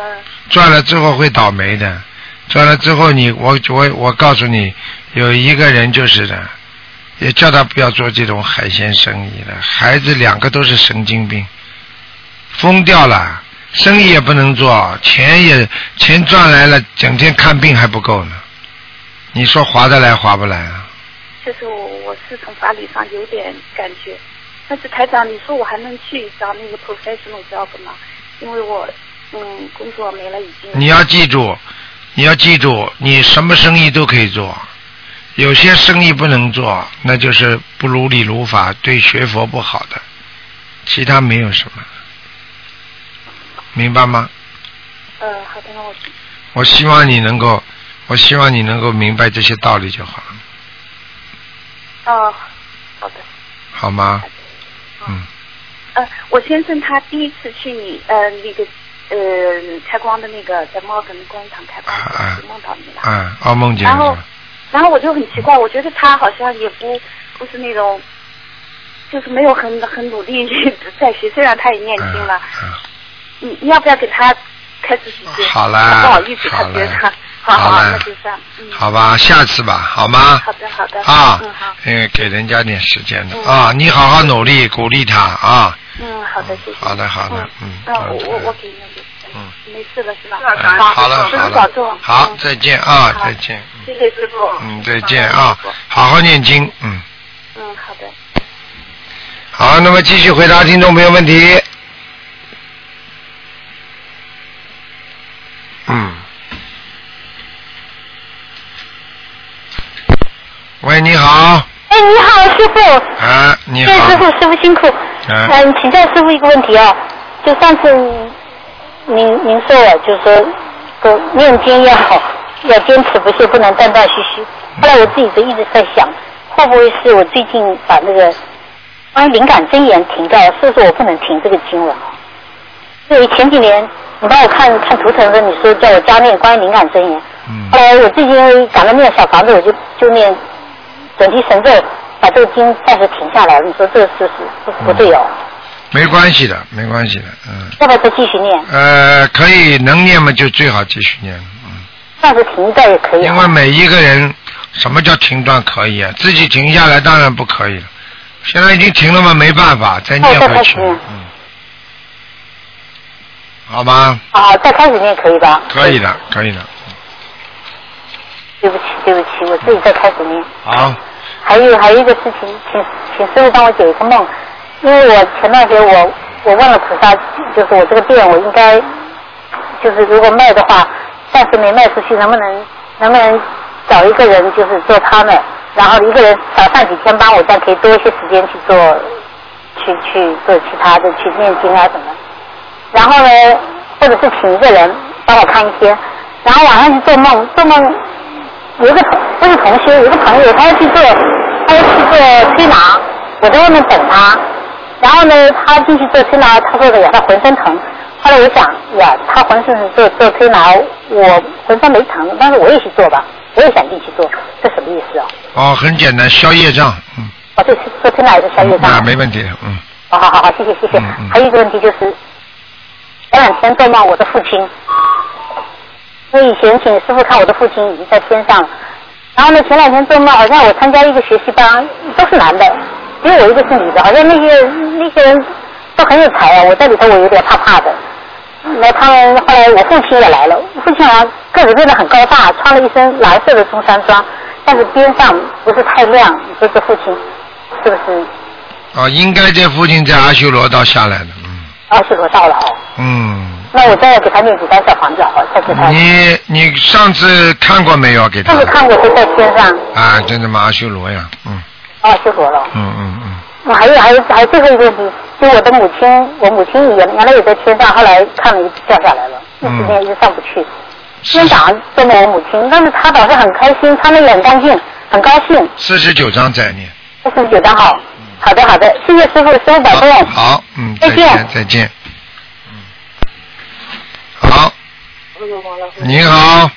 赚了之后会倒霉的，赚了之后你我我我告诉你，有一个人就是的，也叫他不要做这种海鲜生意了。孩子两个都是神经病，疯掉了，生意也不能做，钱也钱赚来了，整天看病还不够呢。你说划得来划不来啊？
就是我我是从法理上有点感觉，但是台长，你说我还能去找那个 professional job 吗？因为我嗯工作没了已经。
你要记住，你要记住，你什么生意都可以做，有些生意不能做，那就是不如理如法，对学佛不好的，其他没有什么，明白吗？
呃，好的，那我
我希望你能够，我希望你能够明白这些道理就好了，
哦、
好吗？嗯，
呃，我先生他第一次去你呃那个呃开光的那个在墨尔本的观音堂开光，就梦到你了。
啊，澳梦姐，
然后，然后我就很奇怪，我觉得他好像也不不是那种，就是没有很很努力 在学，虽然他也念经了。你你要不要给他开始几句？
嗯好啦
不好意思，
好
他
啦
觉得他，好
好啦
那就这样。嗯，
好吧，下次吧，好吗？
好的好的。
啊
嗯好，
因为给人家点时间的
嗯
啊，你好好努力，鼓励他啊。
嗯好的谢谢。
好的，好的，嗯。
那我我我给你那个，
嗯，
没事了是吧？
哎好了，
师
好
傅保重
了。，
嗯
好，再见啊，再见，
谢谢师傅。
嗯，再见啊，好好念经，嗯。
嗯，好的。
好，那么继续回答听众朋友问题。嗯。喂，你好，
哎，你好，师傅。
啊，你
对，师
好
傅，，师傅辛苦。
哎
嗯，请教师傅一个问题哦，就上次您您说我就说，呃念经要要坚持不懈，不能断断续续。后来我自己就一直在想，会不会是我最近把那个关于灵感真言停掉了？是不是我不能停这个经了？因为前几年你帮我看看图腾的时候，你说叫我加念关于灵感真言。后来我最近因为赶着念小房子，我就就念准提神咒，把这个经暂时停下来。你说这是不不对哦？
没关系的，没关系的，嗯，
要不要再继续念？
呃，可以能念嘛就最好继续念了，嗯
暂时停一段也可以、啊
因为每一个人，什么叫停断可以啊？自己停下来当然不可以了，现在已经停了嘛，没办法，再
那我
念
哦再
回
开
去
始，念。
好吗？
好，啊再开始念可以吧？
可以的，可以的，
对不起，对不起，我自己再开始念。
好，
还有还有一个事情，请请师傅帮我解一个梦，因为我前段时间我我问了菩萨，就是我这个店我应该就是如果卖的话，暂时没卖出去，能不能能不能找一个人就是做 partner，然后一个人少上几天班，我这样可以多一些时间去做去去做其他的，去念经啊什么。然后呢，或者是请一个人帮我看一天，然后晚上就做梦，做梦有一个不是同学，有一个朋友，他要去做，他要去做推拿，我在外面等他，然后呢，他进去做推拿，他做的呀，他浑身疼。后来我想，呀，他浑身做做推拿，我浑身没疼，但是我也去做吧，我也想进去做，这什么意思啊？
哦，很简单，消业障，嗯，
哦，对，做推拿也是消业障。
那没问题，嗯，
啊好好好好，谢谢谢谢。还有一个问题就是，前两天做梦我的父亲，我以前请师傅看我的父亲已经在天上了，然后呢前两天做梦好像我参加一个学习班，都是男的，只有我一个是女的，好像那些那些人都很有才啊，我在里头我有点怕怕的。那他们后来我父亲也来了，我父亲好像个子变得很高大，穿了一身蓝色的中山装，但是边上不是太亮，你说这父亲是不是
哦，应该这父亲在阿修罗道下来的，
二十多道了哦？
嗯，
那我再给他念几张小房子好了，再给他。
你你上次看过没有？给
上
他
次看过就在天上，
啊，真的吗？阿修罗呀，嗯
哦，修佛了。
嗯嗯嗯，
我还有还有还有最后一个问题，就我的母亲，我母亲也原来也在天上，后来看了一次掉下来了，那时间一直上不去。今天早上做梦我母亲，但是她倒是很开心，穿的也很干净，很高兴。
四十九章在念，
这是九张好，好的好的，谢谢师傅，师傅保重。
好，嗯，
再
再
见
见再见，嗯，好，你好，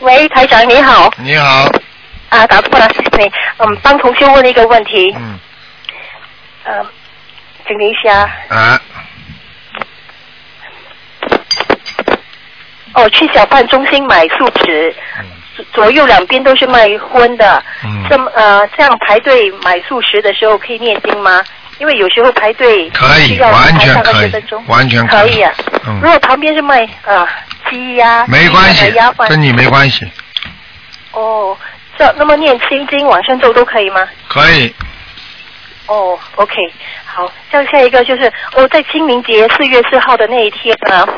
喂，台长你好，
你好，
啊，打错了，谢谢你。嗯，帮同学问了一个问题。
嗯。
呃，请您一下。
啊，
哦，去小贩中心买树脂，左右两边都是卖荤的。
嗯
这么呃，这样排队买素食的时候可以念经吗？因为有时候排队
可以
需要
完全
排大概
可以
10分钟
完全可
可
以
啊。
嗯哎
如果旁边是卖啊鸡呀、
没关系
鸡呀鸭，饭
跟你没关系，
哦，这那么念心经、往生咒都可以吗？
可以，
哦，OK，好，像下一个就是哦，在清明节四月四号的那一天啊呢，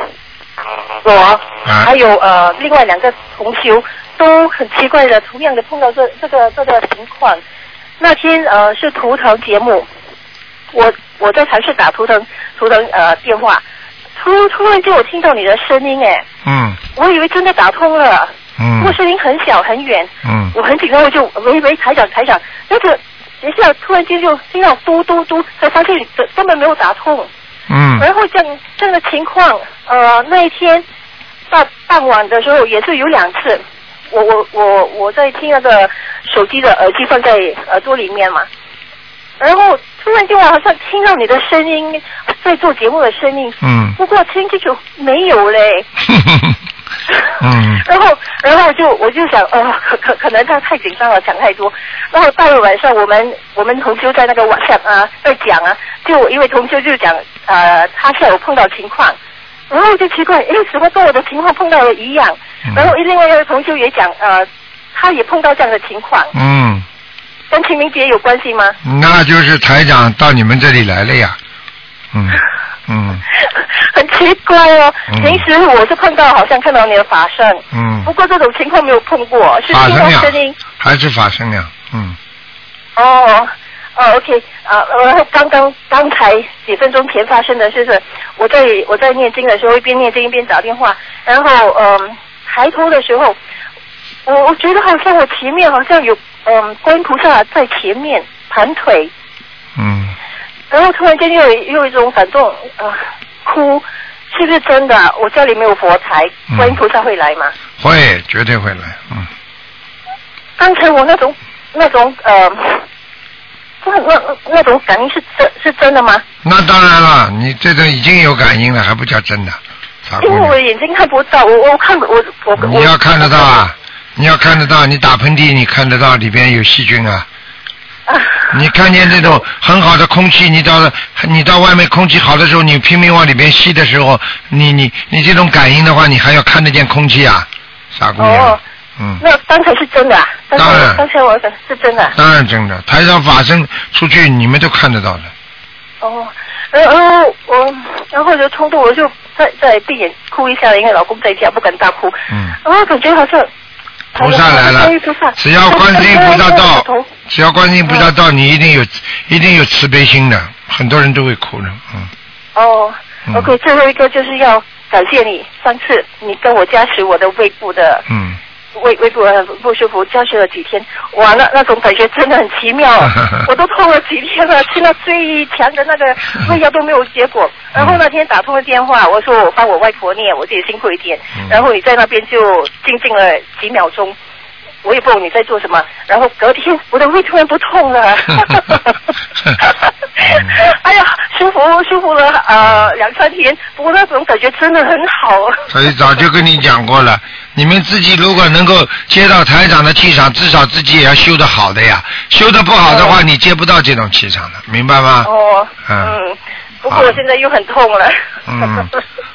我、
哦
啊
还有呃另外两个同修都很奇怪的，同样的碰到这这个这个情况。那天呃是图腾节目，我我在尝试打图腾图腾呃电话，突突然间我听到你的声音哎，
嗯
我以为真的打通了，不过
嗯
声音很小很远，
嗯，
我很紧张，我就喂喂台长台长，那个一下突然间就听到嘟嘟嘟，才发现根根本没有打通。
嗯
然后这样这样的情况，呃，那一天傍傍晚的时候也是有两次，我我我我在听那个手机的耳机放在耳朵里面嘛，然后突然间我好像听到你的声音，在做节目的声音，
嗯
不过听清楚没有嘞。
嗯
然后，然后我就我就想，哦，可可可能他太紧张了，想太多。然后到了晚上，我们我们同修在那个晚上啊，在讲啊，就我一位同修就讲，呃，他下午碰到情况，然后我就奇怪，诶，怎么跟我的情况碰到的一样？
嗯
然后另外一位同修也讲，呃，他也碰到这样的情况，
嗯，
跟清明节有关系吗？
那就是台长到你们这里来了呀，嗯嗯
很奇怪哦，
嗯
平时我是碰到好像看到你的法身，
嗯
不， 过这种情况没有碰过，是
法
听
身
到
呀
声音。
还是法身呀，嗯
哦，哦，OK，啊，然后刚刚刚才几分钟前发生的事是，我在我在念经的时候，一边念经一边打电话，然后嗯，抬头的时候，我我觉得好像我前面好像有嗯观音菩萨在前面盘腿，
嗯。
然后突然间又有又有一种感动啊、哭，是不是真的？我家里没有佛台，观音菩萨会来吗？
会，绝对会来，嗯，
刚才我那种那种呃，那那那种感应是真是真的吗？
那当然了，你这种已经有感应了，还不叫真的，傻姑
因为
娘，
我眼睛看不到，我我看不我我
你要看得到啊，你要看得到，你打喷嚏你看得到里边有细菌啊，你看见这种很好的空气，你到了你到外面空气好的时候，你拼命往里边吸的时候，你你你这种感应的话，你还要看得见空气啊，傻姑娘，
哦
嗯，
那刚才是真的啊，刚才
当然
刚才我感是真的啊，
当然真的，台上法身出去你们都看得到的，
哦，然后然后我然后就冲动，我就再再闭眼哭一下，因为老公在家不敢大哭，
嗯。
然后感觉好像
菩萨来了
哎呀菩萨
只 要观世音菩萨
哎呀
到
头
只要观世音菩萨到，你一定有一定有慈悲心的，很多人都会哭的，嗯
哦、
嗯
o k 最后一个就是要感谢你，上次你跟我加持我的胃部的
嗯。
胃胃部很不舒服，加持了几天，哇，那那种感觉真的很奇妙，我都痛了几天了，吃了最强的那个胃药都没有结果。然后那天打通了电话，我说我帮我外婆念，我自己辛苦一点。然后你在那边就静静了几秒钟，我也不懂你在做什么。然后隔天我的胃突然不痛了， 哎呀，舒服舒服了呃两三天，不过那种感觉真的很好。
所以早就跟你讲过了，你们自己如果能够接到台长的气场，至少自己也要修得好的呀。修得不好的话，你接不到这种气场的，明白吗？
哦，
嗯
嗯，不过我现在又很痛了。
嗯，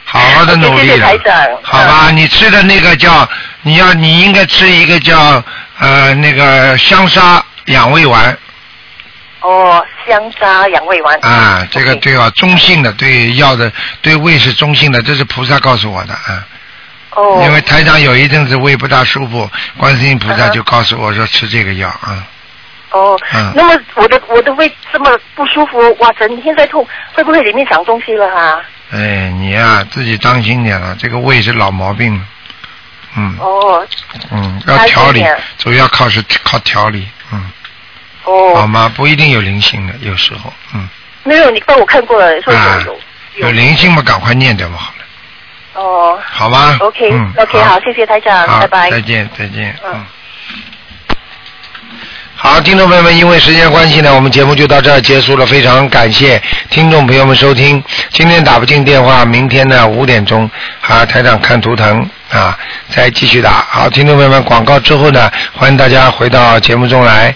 好好的努
谢
力
谢
了
台长。嗯
好吧，你吃的那个叫你要你应该吃一个叫呃那个香砂养胃丸
哦，香砂养胃丸。
啊，这个对吧？中性的对药的对胃是中性的，这是菩萨告诉我的啊。
哦。
因为台长有一阵子胃不大舒服，观世音菩
嗯
萨就告诉我说吃这个药啊。
哦，
嗯
那么我的我的胃这么不舒服，哇，整天在痛，会不会里面长东西了啊？
哎，你呀、自己当心点了，这个胃是老毛病了，嗯
哦，
嗯，要调理
当心点，
主要靠是靠调理，嗯。
哦。
好吗？不一定有灵性的，有时候，嗯，
没有，你帮我看过了，说
啊
有有。，
有灵性嘛，赶快念掉嘛，好了，
哦。
好吧
？OK
嗯
OK，
好
好，谢谢台长，
好，
拜拜。
再见，再见，嗯。好，听众朋友们，因为时间关系呢，我们节目就到这儿结束了。非常感谢听众朋友们收听。今天打不进电话，明天呢五点钟啊，台长看图腾啊，再继续打。好，听众朋友们，广告之后呢，欢迎大家回到节目中来